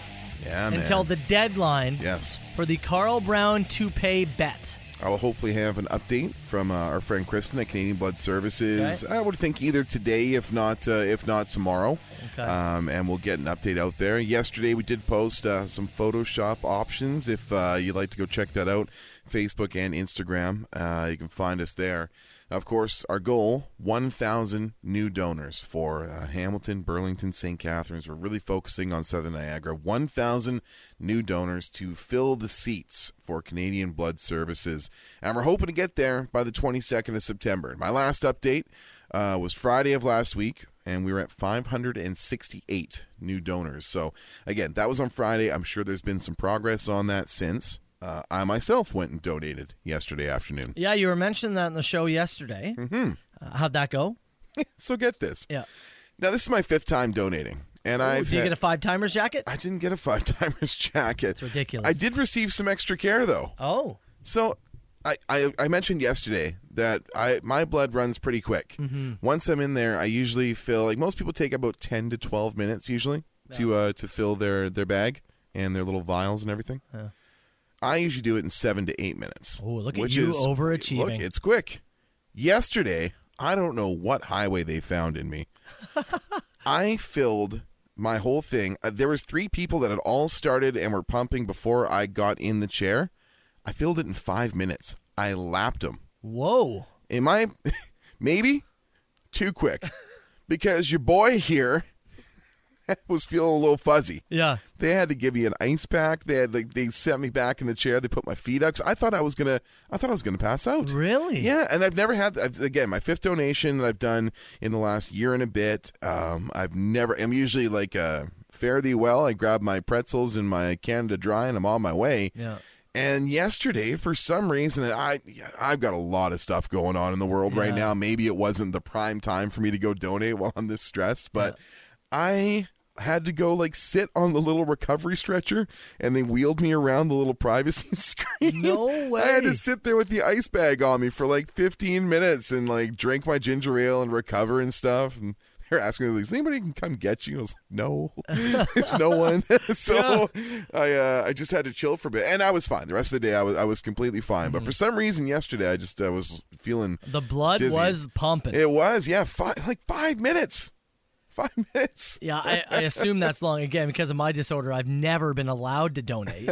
G: Yeah, man.
F: until the deadline
G: yes.
F: for the Carl Brown toupee bet.
G: I will hopefully have an update from uh, our friend Kristen at Canadian Blood Services.
F: Okay.
G: I would think either today, if not, uh, if not tomorrow,
F: Okay.
G: um, and we'll get an update out there. Yesterday, we did post uh, some Photoshop options. If uh, you'd like to go check that out, Facebook and Instagram, uh, you can find us there. Of course, our goal: 1,000 new donors for uh, Hamilton, Burlington, St. Catharines. We're really focusing on Southern Niagara. 1,000 new donors to fill the seats for Canadian Blood Services, and we're hoping to get there by the 22nd of September. My last update uh, was Friday of last week, and we were at 568 new donors. So again, that was on Friday. I'm sure there's been some progress on that since. Uh, I myself went and donated yesterday afternoon.
F: Yeah, you were mentioning that in the show yesterday. Mm-hmm. Uh, how'd that go?
G: so get this.
F: Yeah.
G: Now this is my fifth time donating, and
F: Ooh,
G: I've
F: Did you
G: had-
F: get a five timers jacket?
G: I didn't get a five timers jacket. It's
F: ridiculous.
G: I did receive some extra care though.
F: Oh.
G: So I, I, I mentioned yesterday that I my blood runs pretty quick.
F: Mm-hmm.
G: Once I'm in there, I usually fill like most people take about ten to twelve minutes usually to uh, to fill their, their bag and their little vials and everything.
F: Yeah.
G: I usually do it in seven to eight minutes.
F: Oh, look at
G: which
F: you
G: is-
F: overachieving.
G: Look, it's quick. Yesterday, I don't know what highway they found in me. I filled my whole thing. Uh, there was three people that had all started and were pumping before I got in the chair. I filled it in five minutes. I lapped them.
F: Whoa.
G: Am I maybe too quick? Because your boy here was feeling a little fuzzy.
F: Yeah.
G: They had to give me an ice pack. They had like they sent me back in the chair. They put my feet up. 'Cause I thought I was gonna. I thought I was gonna pass out.
F: Really?
G: Yeah. And I've never had. I've, again, my fifth donation that I've done in the last year and a bit. Um, I've never. I'm usually like uh, fare thee well. I grab my pretzels and my Canada Dry, and I'm on my way.
F: Yeah.
G: And yesterday, for some reason, and I I've got a lot of stuff going on in the world right
F: Yeah.
G: now. Maybe it wasn't the prime time for me to go donate while I'm this stressed, but I had to go like sit on the little recovery stretcher, and they wheeled me around the little privacy screen.
F: No way.
G: I had to sit there with the ice bag on me for like 15 minutes and like drink my ginger ale and recover and stuff. And they're asking me, "Is anybody can come get you?" I was like, "No, there's no one." so I uh, I just had to chill for a bit, and I was fine. The rest of the day, I was I was completely fine.
F: Mm-hmm.
G: But for some reason, yesterday, I just I was feeling
F: The blood
G: Dizzy.
F: was pumping.
G: it was yeah five like five minutes, five minutes.
F: yeah, I, I assume that's long. Again, because of my disorder, I've never been allowed to donate.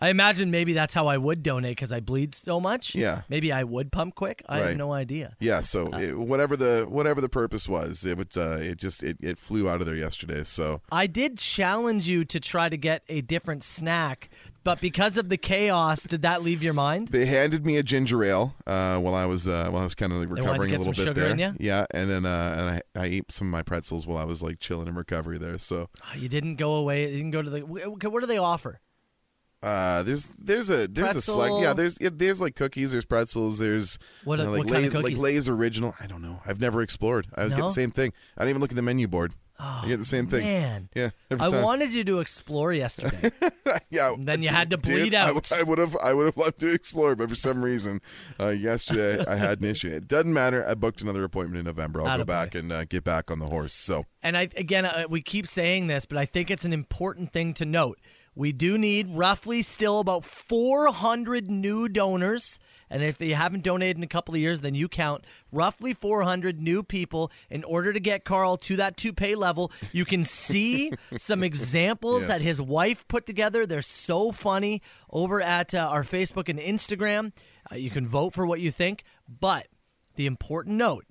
F: I imagine maybe that's how I would donate because I bleed so much.
G: Yeah.
F: Maybe I would pump quick. I
G: Right.
F: have no idea.
G: Yeah, so it, whatever the whatever the purpose was, it would, uh, it just it, it flew out of there yesterday. So
F: I did challenge you to try to get a different snack, but because of the chaos, did that leave your mind?
G: They handed me a ginger ale uh, while I was uh, while I was kind of like
F: wanted to
G: recovering a
F: get
G: little
F: some
G: bit
F: sugar
G: there.
F: in ya?
G: Yeah, and then uh, and I, I ate some of my pretzels while I was like chilling in recovery there. So
F: You didn't go away. You didn't go to the. wh- What do they offer?
G: uh, there's there's a there's a select yeah
F: Pretzel.
G: there's yeah, there's like cookies there's pretzels there's
F: What
G: you
F: a-
G: know, like
F: what kind of
G: like
F: cookies?
G: Lay's original I don't know I've never explored I was getting
F: No? Oh,
G: the same thing I didn't even look at the menu board I get the same thing
F: man.
G: yeah every
F: I
G: time.
F: wanted you to explore yesterday.
G: yeah
F: and then you had to
G: Dude,
F: bleed
G: I
F: out.
G: w- I would have, I would have loved to explore, but for some reason, uh, yesterday I had an issue. It doesn't matter. I booked another appointment in November. I'll go
F: Attaboy.
G: back and uh, get back on the horse. So
F: and I again, uh, we keep saying this, but I think it's an important thing to note. We do need roughly still about 400 new donors. And if you haven't donated in a couple of years, then you count roughly 400 new people in order to get Carl to that two pay level. You can see some examples
G: Yes.
F: that his wife put together. They're so funny over at uh, our Facebook and Instagram. Uh, you can vote for what you think. But the important note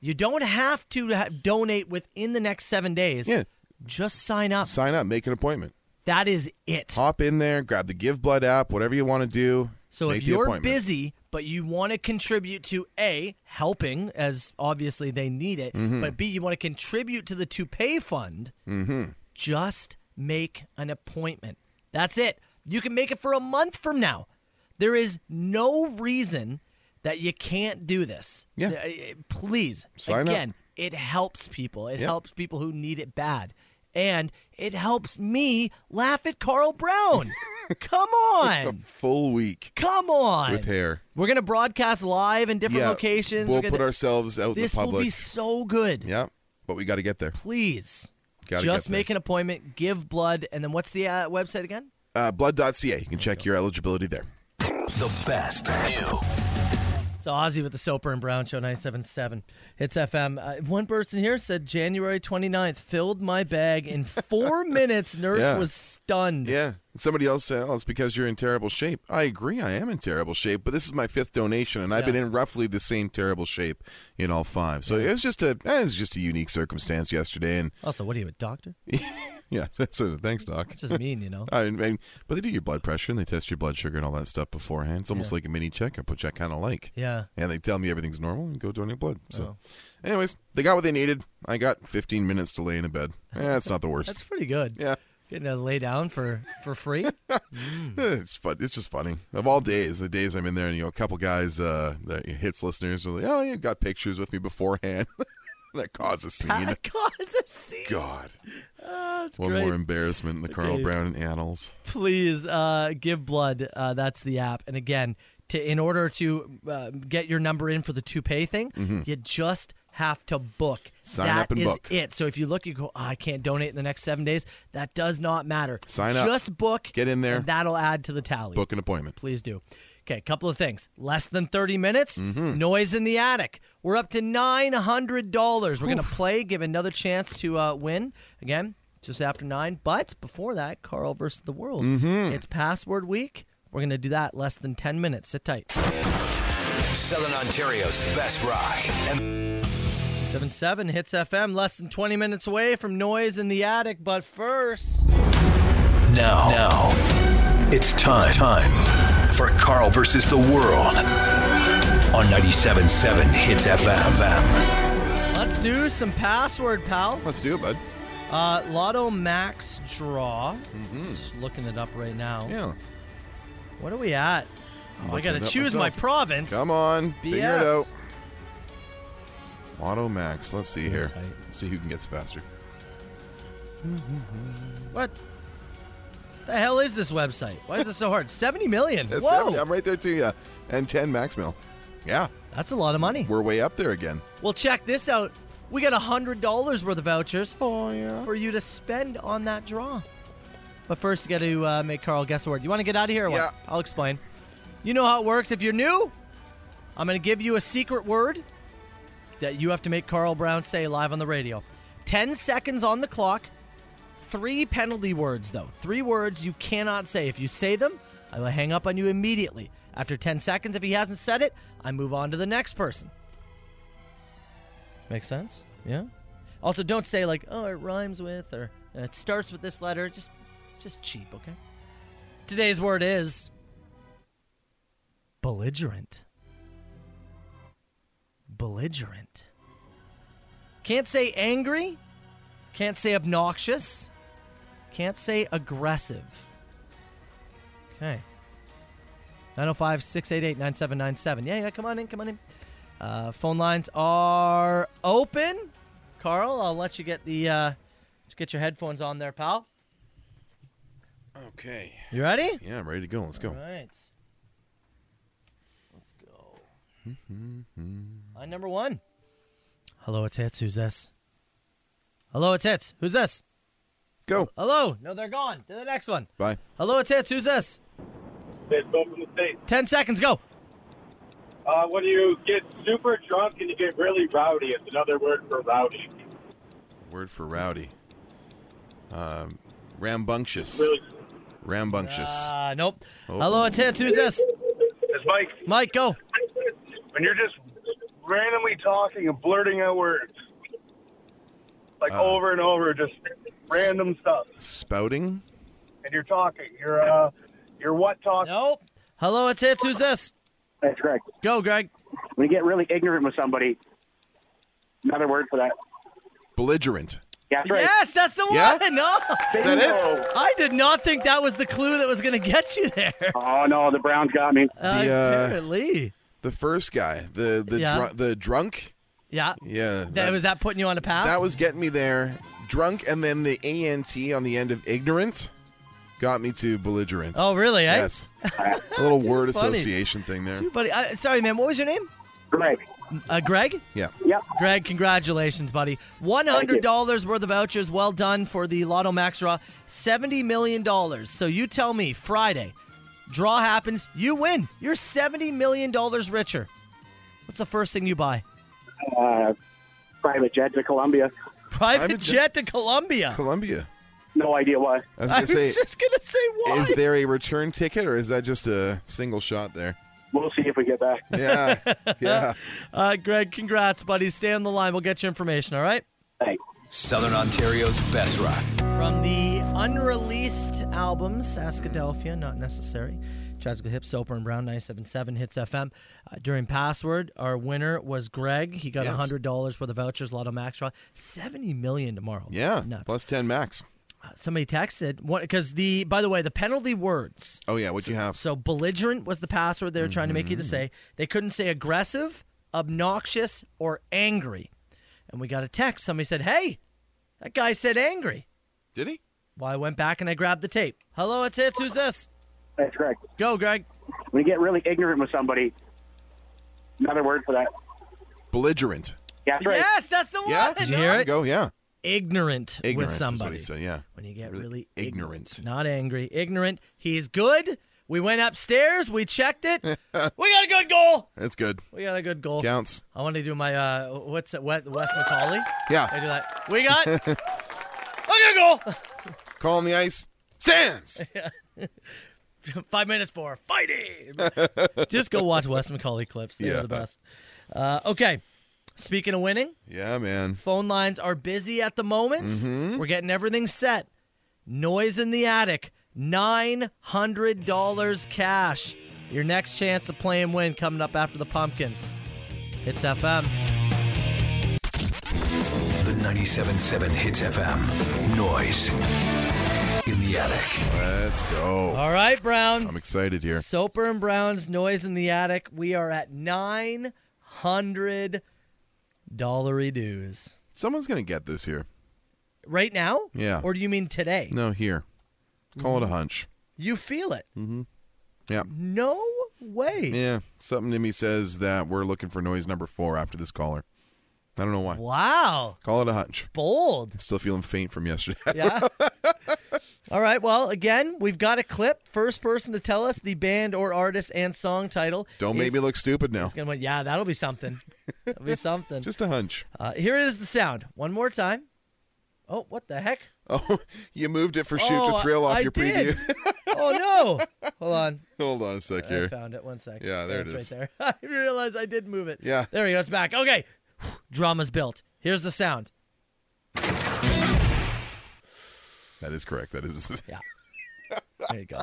F: you don't have to ha- donate within the next seven days.
G: Yeah.
F: Just sign up.
G: Sign up, make an appointment.
F: That is it.
G: Hop in there, grab the Give Blood app, whatever you want to do.
F: So
G: make
F: if
G: the
F: you're
G: appointment.
F: busy, but you want to contribute to A, helping, as obviously they need it,
G: Mhm.
F: but B, you want to contribute to the to pay fund,
G: Mm-hmm.
F: just make an appointment. That's it. You can make it for a month from now. There is no reason that you can't do this.
G: Yeah.
F: Uh, uh, Please.
G: Sign up.
F: Again, it helps people. It
G: Yeah.
F: helps people who need it bad. And it helps me laugh at Carl Brown. Come
G: A
F: on.
G: full week
F: Come on.
G: with hair.
F: We're gonna broadcast live in different
G: yeah,
F: locations.
G: We'll
F: We're gonna-
G: put ourselves out
F: This
G: in the public.
F: will be so good.
G: yeah, but we got to get there.
F: Please,
G: Gotta
F: just
G: get there.
F: make an appointment. Give blood, and then what's the uh, website again?
G: Uh, blood.ca. You can check your eligibility there.
E: The best.
F: So Ozzy with the Soper and Brown Show 977 Hits FM. Uh, one person here said January 29th filled my bag in four minutes. Nurse
G: Yeah.
F: was stunned.
G: Yeah. Somebody else said, oh, it's because you're in terrible shape. I agree. I am in terrible shape, but this is my fifth donation, and I've
F: Yeah.
G: been in roughly the same terrible shape in all five. So it was just a eh, it was just a unique circumstance yesterday. And
F: Also, what are you, a doctor?
G: yeah, so thanks, Doc.
F: It's just mean, you know.
G: I mean, but they do your blood pressure and they test your blood sugar and all that stuff beforehand. It's almost
F: Yeah.
G: like a mini checkup, which I kind of like.
F: Yeah. Oh.
G: And they tell me everything's normal and go donate blood. So, anyways, they got what they needed. I got 15 minutes to lay in a bed. Eh, that's not the
F: That's
G: worst.
F: pretty good.
G: Yeah.
F: Getting to lay down for for free.
G: Eh, it's fun. It's just funny. Of all days, the days I'm in there and you know a couple guys, uh, the hits listeners are like, oh, you got pictures with me beforehand. that caused a scene.
F: That causes a scene.
G: God,
F: Oh, it's
G: one
F: great.
G: more embarrassment in the Carl
F: Okay.
G: Brown annals.
F: please uh, give blood. Uh, that's the app. And again, to in order to uh, get your number in for the two pay thing,
G: Mhm.
F: you just have to book.
G: Sign
F: That
G: up and
F: is
G: book.
F: It. So if you look, you go, "Ah, I can't donate in the next seven days. That does not matter.
G: Sign up.
F: Just book.
G: Get in there.
F: And that'll add to the tally.
G: Book an appointment.
F: Please do. Okay, a couple of things. Less than 30 minutes, noise in the attic. We're up to $900. We're going to play, give another chance to uh, win again just after nine. But before that, Carl versus the world. It's password week. We're going to do that less than 10 minutes. Sit tight.
E: Southern Ontario's best rock. And
F: 7 7 hits FM, less than 20 minutes away from noise in the attic. But first,
E: now, now, it's time, time for Carl versus the world on 97.7 Hits FM.
F: let's do some password, pal.
G: Let's do it, bud.
F: Uh, Lotto Max Draw. Just looking it up right now.
G: Yeah.
F: What are we at?
G: I'm
F: I
G: looking
F: gotta
G: it up
F: choose my
G: myself.
F: province.
G: Come on,
F: BS.
G: figure it out. Auto Max. Let's see here.
F: tight.
G: Let's see who can get faster.
F: What the hell is this website? Why is it so hard? 70 million.
G: That's
F: Whoa.
G: 70. I'm right there too. Yeah, and 10 max mil. Yeah,
F: That's a lot of money.
G: we're way up there again.
F: Well, check this out. We got $100 worth of vouchers
G: Oh yeah.
F: for you to spend on that draw. But first, you got to uh, make Carl guess a word. You want to get out of here? or what?
G: Yeah.
F: I'll explain. You know how it works. If you're new, I'm going to give you a secret word that you have to make Carl Brown say live on the radio. 10 seconds on the clock. Three penalty words, though. Three words you cannot say. If you say them, I will hang up on you immediately. After 10 seconds, if he hasn't said it, I move on to the next person. Makes sense? Yeah. Also, don't say like, "Oh, it rhymes with" or uh, "It starts with this letter." Just, just cheap, okay? Today's word is belligerent. Belligerent. Can't say angry. Can't say obnoxious. Can't say aggressive. Okay. 905 688 9797. Yeah, yeah, come on in, come on in. Uh, phone lines are open. Carl, I'll let you get the uh, let's get your headphones on there, pal.
G: Okay.
F: You ready?
G: Yeah, I'm ready to go. Let's
F: All
G: go.
F: right. Let's go. Line number one. Hello, it's Hits. Who's this? Hello, it's Hits. Who's this?
G: Go.
F: Hello. No, they're gone. To the next one.
G: Bye.
F: Hello, it's Hits. Who's this?
I: It's both from the States.
F: Ten seconds. Go.
I: Uh, when you get super drunk and you get really rowdy, it's another word for rowdy.
G: Word for rowdy. Um, rambunctious.
I: Really?
G: Rambunctious.
F: Uh, nope.
G: Oh.
F: Hello, it's Hits. Who's this?
K: It's Mike.
F: Mike, go.
K: When you're just randomly talking and blurting out words, like
G: Uh.
K: over and over, just random stuff,
G: Spouting.
K: and you're talking, you're uh, you're what talking?
F: Nope. Hello, it's Hits. Who's this?
L: That's Greg.
F: Go, Greg.
L: When you get really ignorant with somebody, another word for that.
G: Belligerent.
L: Yeah, that's right. Oh,
F: Yes, that's the
G: Yeah?
F: one. No.
G: Is that it?
F: I did not think that was the clue that was going to get you there.
L: Oh no, the Browns got me.
F: Uh,
G: The, uh,
F: apparently.
G: The first guy. The the
F: Yeah.
G: dru- the drunk.
F: Yeah.
G: Yeah.
F: That, was that putting you on a path?
G: That was getting me there. Drunk and then the ANT on the end of ignorant got me to belligerent.
F: Oh, really? Eh?
G: Yes. A little word
F: funny.
G: association thing there.
F: Dude, buddy. Uh, sorry, man. What was your name?
L: Greg.
F: Uh, Greg?
G: Yeah.
L: Yep.
F: Greg, congratulations, buddy. $100 worth of vouchers. Well done for the Lotto Max draw. $70 million. So you tell me, Friday, draw happens, you win. You're $70 million richer. What's the first thing you buy?
L: Uh, private jet to Columbia.
F: Private
G: Private
F: jet to Colombia.
G: Columbia.
L: No idea why.
G: I was
F: I
G: going
F: was
G: to say,
F: just going to say why.
G: is there a return ticket or is that just a single shot there?
L: We'll see if we get back.
G: Yeah. yeah.
F: uh, Greg, congrats, buddy. Stay on the line. We'll get your information, all right?
L: Thanks.
E: Southern Ontario's best rock.
F: From the unreleased album Saskadelphia, not necessary. Tragically Hip, Soper and Brown, 977 Hits FM. Uh, during Password, our winner was Greg. He got
G: Yes.
F: $100 worth of vouchers, Lotto Max draw. $70 million tomorrow.
G: Yeah.
F: Nuts.
G: Plus 10 max.
F: Uh, Somebody texted, because the, by the way, the penalty words.
G: Oh, yeah. What you have?
F: So belligerent was the password they were trying to make
G: Mm-hmm.
F: you to say. They couldn't say aggressive, obnoxious, or angry. And we got a text. Somebody said, hey, that guy said angry.
G: Did he?
F: Well, I went back and I grabbed the tape. Hello, it's Hits. Who's this?
L: That's Greg.
F: Go, Greg.
L: When you get really ignorant with somebody, another word for that.
G: Belligerent.
L: Yeah, that's right.
F: Yes, that's the one.
G: Yeah. Did
F: you hear it?
G: Go. Yeah.
F: Ignorant,
G: Ignorant
F: with
G: is what he
F: somebody.
G: said, yeah.
F: When you get
G: Really
F: really,
G: ignorant.
F: Not angry. Ignorant. He's good. We went upstairs. We checked it. we got a good goal.
G: That's good.
F: We got a good goal.
G: Counts.
F: I want to do my, uh, what's it, Wes Wes Macaulay? I
G: Yeah.
F: do that. We got a good goal.
G: Call on the ice. Stands.
F: Five minutes for fighting. Just go watch Wes Macaulay clips. They're
G: Yeah.
F: the best. Uh, okay. Speaking of winning,
G: Yeah, man.
F: Phone lines are busy at the moment.
G: Mm-hmm.
F: We're getting everything set. Noise in the attic, $900 cash. Your next chance to play and win coming up after the pumpkins. It's FM.
E: The 97.7 Hits FM. Noise in the attic.
G: Let's go.
F: All right, Brown.
G: I'm excited here.
F: Soper and Brown's Noise in the Attic. We are at $900 dues.
G: Someone's going to get this here.
F: Right now?
G: Yeah.
F: Or do you mean today?
G: No, here. Call it a hunch.
F: You feel it.
G: Mm-hmm. Yeah.
F: No way.
G: Yeah. Something to me says that we're looking for noise number four after this caller. I don't know why.
F: Wow.
G: Call it a hunch.
F: Bold.
G: Still feeling faint from yesterday.
F: Yeah. All right. Well, again, we've got a clip. First person to tell us the band or artist and song title.
G: Don't make
F: is-
G: me look stupid now.
F: is Gonna, win. yeah, that'll be something. That'll be something.
G: Just a hunch.
F: Uh, here is the sound. One more time. Oh, what the heck?
G: Oh, you moved it for shoot
F: oh,
G: to thrill
F: I-
G: off
F: I
G: your
F: did.
G: preview.
F: oh no! Hold on.
G: Hold on a sec
F: I
G: here.
F: found it. One sec.
G: Yeah, there it
F: it's
G: is.
F: Right there. I realized I did move it.
G: Yeah.
F: There we go. It's back. Okay. Drama's built. Here's the sound.
G: That is correct. That is.
F: Yeah. There you go.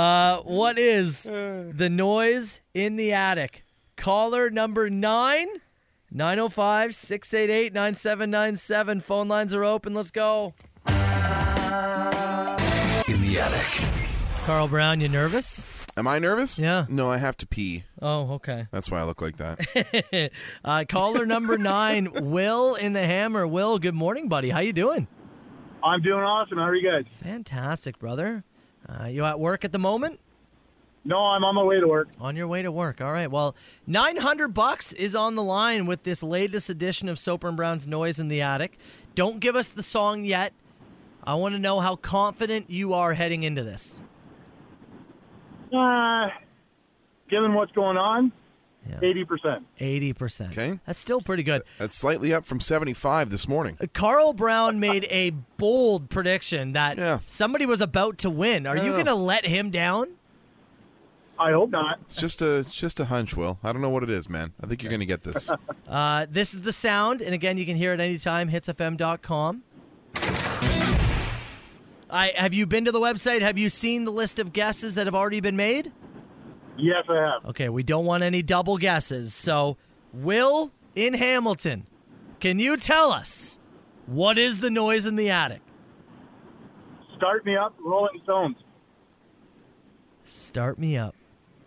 F: Uh, what is the noise in the attic? Caller number nine, 905 688 9797. Phone lines are open. Let's go.
E: In the attic.
F: Carl Brown, you nervous?
G: Am I nervous?
F: Yeah.
G: No, I have to pee.
F: Oh, okay.
G: That's why I look like that.
F: uh, caller number nine, Will in the Hammer. Will, good morning, buddy. How you doing?
K: I'm doing awesome. How are you guys?
F: Fantastic, brother. Uh, you at work at the moment?
K: No, I'm on my way to work.
F: On your way to work. All right. Well, 900 bucks is on the line with this latest edition of Soper and Brown's Noise in the Attic. Don't give us the song yet. I want to know how confident you are heading into this.
M: Uh, given what's going on, eighty percent.
F: Eighty percent.
G: Okay,
F: that's still pretty good.
G: That's slightly up from seventy-five this morning.
F: Carl Brown made a bold prediction that
G: Yeah.
F: somebody was about to win. Are
G: No,
F: you
G: no,
F: going
G: no.
F: to let him down?
M: I hope not.
G: It's just a it's just a hunch, Will. I don't know what it is, man. I think you're gonna get this.
F: Uh, this is the sound, and again, you can hear it anytime. Hitsfm.com. I have you been to the website? Have you seen the list of guesses that have already been made?
M: Yes, I have.
F: Okay, we don't want any double guesses. So, Will in Hamilton, can you tell us what is the noise in the attic?
M: Start me up, Rolling Stones.
F: Start me up,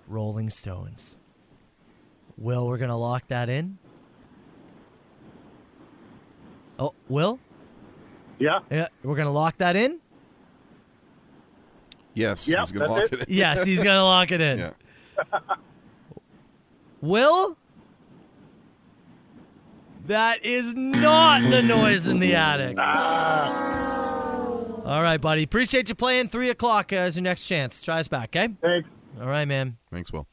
F: Rolling Stones. Will, we're gonna lock that in. Oh, Will?
M: Yeah.
F: Yeah, we're gonna lock that in.
G: Yes,
M: Yep,
G: he's gonna
M: that's
G: lock
M: it.
G: it. in.
F: Yes, he's gonna lock it in.
G: Yeah.
F: Will? That is not the noise in the attic. All right, buddy. Appreciate you playing. Three o'clock uh, is your next chance. Try us back, okay?
M: Thanks.
F: All right, man.
G: Thanks, Will.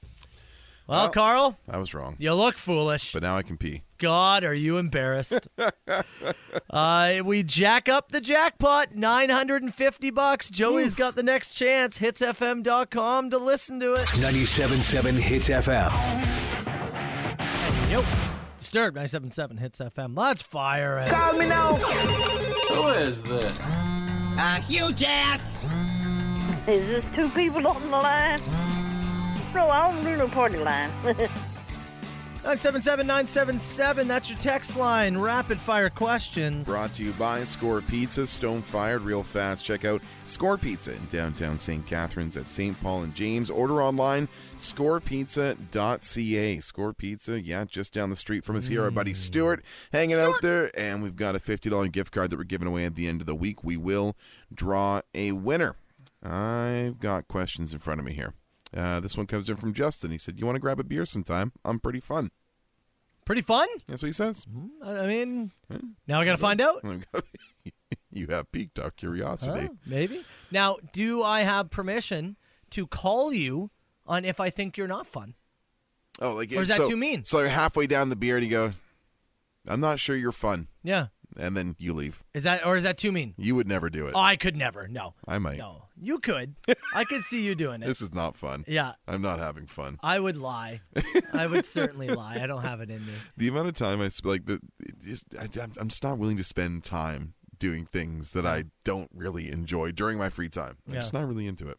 F: Well, Carl,
G: I was wrong,
F: you look foolish.
G: but now I can pee.
F: God, are you embarrassed? uh, we jack up the jackpot, 950 bucks. Joey's got the next chance. Hitsfm.com to listen to it.
E: 97.7 Hits FM.
F: Yep. Disturbed 977 Hits FM. Let's fire it.
B: Call me now.
F: Who is this?
A: A huge ass! Is this two people on the line? No, I don't do no party line.
F: 977 977. That's your text line. Rapid fire questions.
G: Brought to you by Score Pizza, stone fired real fast. Check out Score Pizza in downtown St. Catharines at St. Paul and James. Order online, scorepizza.ca. Score Pizza, yeah, just down the street from us here. Our buddy Stuart hanging out there, and we've got a $50 gift card that we're giving away at the end of the week. We will draw a winner. I've got questions in front of me here. Uh, this one comes in from Justin. He said, You want to grab a beer sometime? I'm pretty fun.
F: Pretty fun?
G: That's what he says.
F: I I mean, now I got to find out.
G: you have piqued our curiosity.
F: Oh, maybe. Now, do I have permission to call you on if I think you're not fun?
G: Oh, like
F: Or is that
G: so-
F: too mean?
G: So you're halfway down the beer and you go, "I'm not sure you're fun,"
F: Yeah.
G: and then you leave.
F: Is that or is that too mean?
G: You would never do it.
F: I could never. No.
G: I might.
F: No. You could. I could see you doing it.
G: This is not fun.
F: Yeah.
G: I'm not having fun.
F: I would lie. I would certainly lie. I don't have it in me.
G: The amount of time I sp- like the, it just, I, I'm- I'm just not willing to spend time doing things that I don't really enjoy during my free time. I'm
F: Yeah.
G: just not really into it.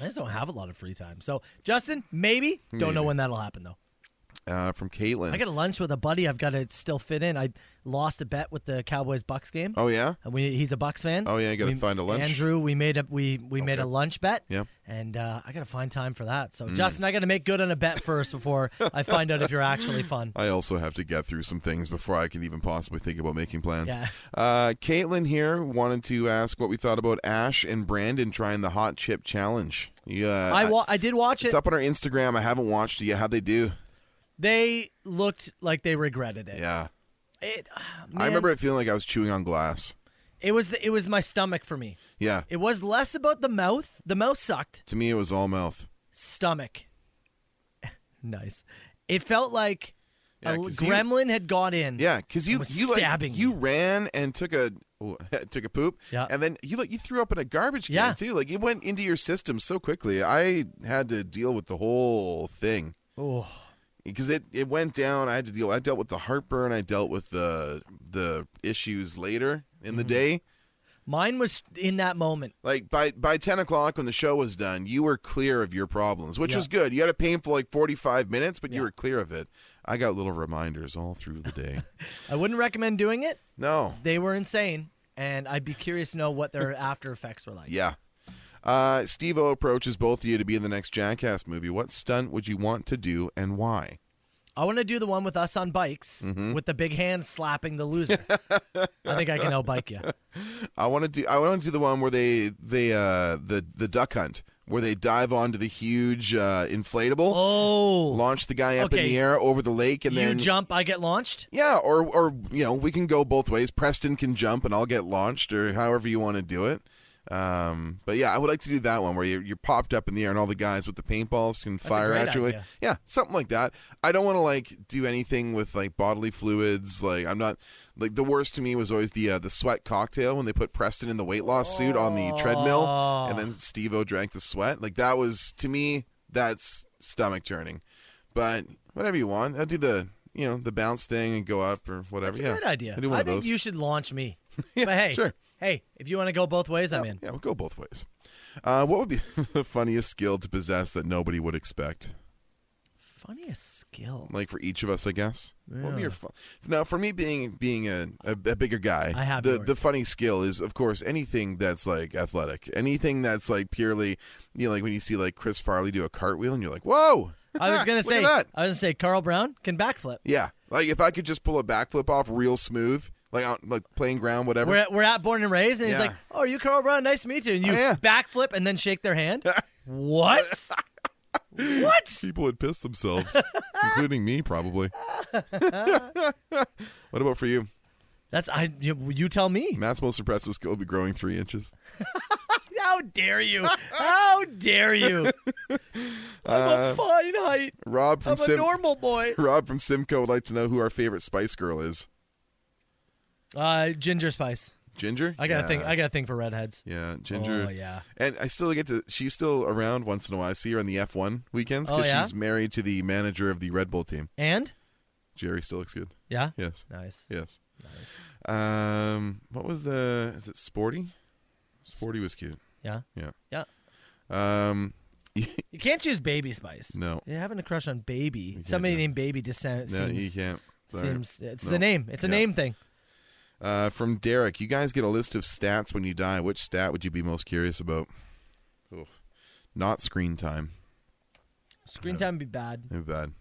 F: I just don't have a lot of free time. So, Justin, maybe. Don't know
G: Maybe.
F: when that'll happen though.
G: Uh, from Caitlin.
F: I got a lunch with a buddy. I've got to still fit in. I lost a bet with the Cowboys Bucks game.
G: Oh, yeah?
F: And we, he's a Bucks fan.
G: Oh, yeah, you gotta
F: We-
G: find a lunch.
F: Andrew, we made a we we made a lunch bet.
G: Yeah.
F: And uh, I got to find time for that. So
G: Mm.
F: Justin, I got to make good on a bet first before I find out if you're actually fun.
G: I also have to get through some things before I can even possibly think about making plans.
F: Yeah.
G: Uh, Caitlin here wanted to ask what we thought about Ash and Brandon trying the hot chip challenge. Yeah,
F: I wa- I did watch
G: It's
F: it.
G: up on our Instagram. I haven't watched it yet. How'd they do?
F: They looked like they regretted it.
G: Yeah,
F: It, ah,
G: I
F: man,
G: remember it feeling like I was chewing on glass.
F: It was the, it was my stomach for me.
G: Yeah,
F: It was less about the mouth. The mouth sucked.
G: to me it was all mouth.
F: Stomach. nice. It felt like
G: Yeah,
F: a
G: 'cause you-
F: gremlin had got in.
G: Yeah, because you
F: and was
G: you like,
F: stabbing
G: you ran and took a oh, took a poop.
F: Yeah.
G: and then you like you threw up in a garbage can
F: Yeah.
G: too. Like it went into your system so quickly. I had to deal with the whole thing.
F: Oh.
G: because it, it went down. I had to deal. I dealt with the heartburn. I dealt with the the issues later in the day.
F: Mine was in that moment.
G: Like by by ten o'clock when the show was done, you were clear of your problems, which
F: Yeah.
G: was good. You had a painful like forty five minutes, but you were clear of it. I got little reminders all through the day.
F: I wouldn't recommend doing it.
G: no,
F: They were insane, and I'd be curious to know what their after effects were like.
G: yeah. Uh, Steve O approaches both of you to be in the next Jackass movie. What stunt would you want to do and why?
F: I want to do the one with us on bikes
G: Mhm.
F: with the big hand slapping the loser. I think I can outbike you.
G: I want to do. I want to do the one where they they uh the the duck hunt where they dive onto the huge uh, inflatable.
F: Oh,
G: launch the guy up in
F: Okay.
G: the air over the lake, and
F: you
G: then
F: jump, I get launched.
G: Yeah, or or you know we can go both ways. Preston can jump, and I'll get launched, or however you want to do it. Um, but yeah, I would like to do that one where you're, you're popped up in the air, and all the guys with the paintballs can fire
N: great
G: at you.
N: idea.
G: Yeah, something like that. I don't want to like do anything with like bodily fluids. Like I'm not like the worst to me was always the uh, the sweat cocktail when they put Preston in the weight loss suit on the treadmill, and
N: Oh.
G: then Steve-O drank the sweat. Like that was to me that's stomach churning. But whatever you want, I'll do the you know the bounce thing and go up or whatever.
F: That's
G: yeah,
F: a good idea.
G: I do one
F: I
G: of
F: think
G: those.
F: you should launch me. but hey,
G: sure.
F: hey, if you want to go both ways, I'm in.
G: Yeah, we'll go both ways. Uh, what would be the funniest skill to possess that nobody would expect?
F: Funniest skill.
G: Like for each of us, I guess. What would be
F: Yeah.
G: your fun? Now, for me, being being a, a, a bigger guy,
F: I have
G: the
F: yours.
G: the funny skill is, of course, anything that's like athletic, anything that's like purely, you know, like when you see like Chris Farley do a cartwheel, and you're like, whoa!
F: I was gonna
G: Look
F: say,
G: at that.
F: I was gonna say, Carl Brown can backflip.
G: yeah, like if I could just pull a backflip off real smooth, like on, like playing ground, whatever.
F: We're at, we're at born and raised, and he's
G: Yeah.
F: like, "Oh, are you Carl Brown? Nice to meet you." And you
G: Oh, yeah.
F: backflip and then shake their hand. what? what?
G: People would piss themselves, including me, probably. What about for you?
F: That's I. You, you tell me.
G: Matt's most impressive skill would be growing three inches.
F: How dare you? How dare you?
G: Uh,
F: I'm a fine height.
G: Rob from
F: I'm a
G: Sim-
F: normal boy.
G: Rob from Simcoe would like to know who our favorite Spice Girl is.
F: Uh, ginger spice.
G: Ginger.
F: I got to
G: yeah.
F: a thing. I got a thing for redheads.
G: Yeah, Ginger.
F: Oh, yeah.
G: And I still get to. She's still around once in a while. I see her on the F1 weekends
F: Oh,
G: because
F: yeah?
G: she's married to the manager of the Red Bull team.
F: And
G: Jerry still looks good.
F: Yeah?
G: Yes.
F: Nice.
G: Yes. Nice. Um, what was the? Is it Sporty? Sporty was cute.
F: Yeah.
G: Yeah.
F: Yeah.
G: Um,
F: you can't choose baby spice.
G: No.
F: You're having a crush on baby. Somebody named Baby just sound-
G: No,
F: seems-
G: you can't. Sorry.
F: Seems it's
G: No.
F: the name. It's a
G: Yeah.
F: name thing.
G: Uh, from Derek, you guys get a list of stats when you die. Which stat would you be most curious about? Oh, not screen time.
F: Screen time be bad.
G: Too bad.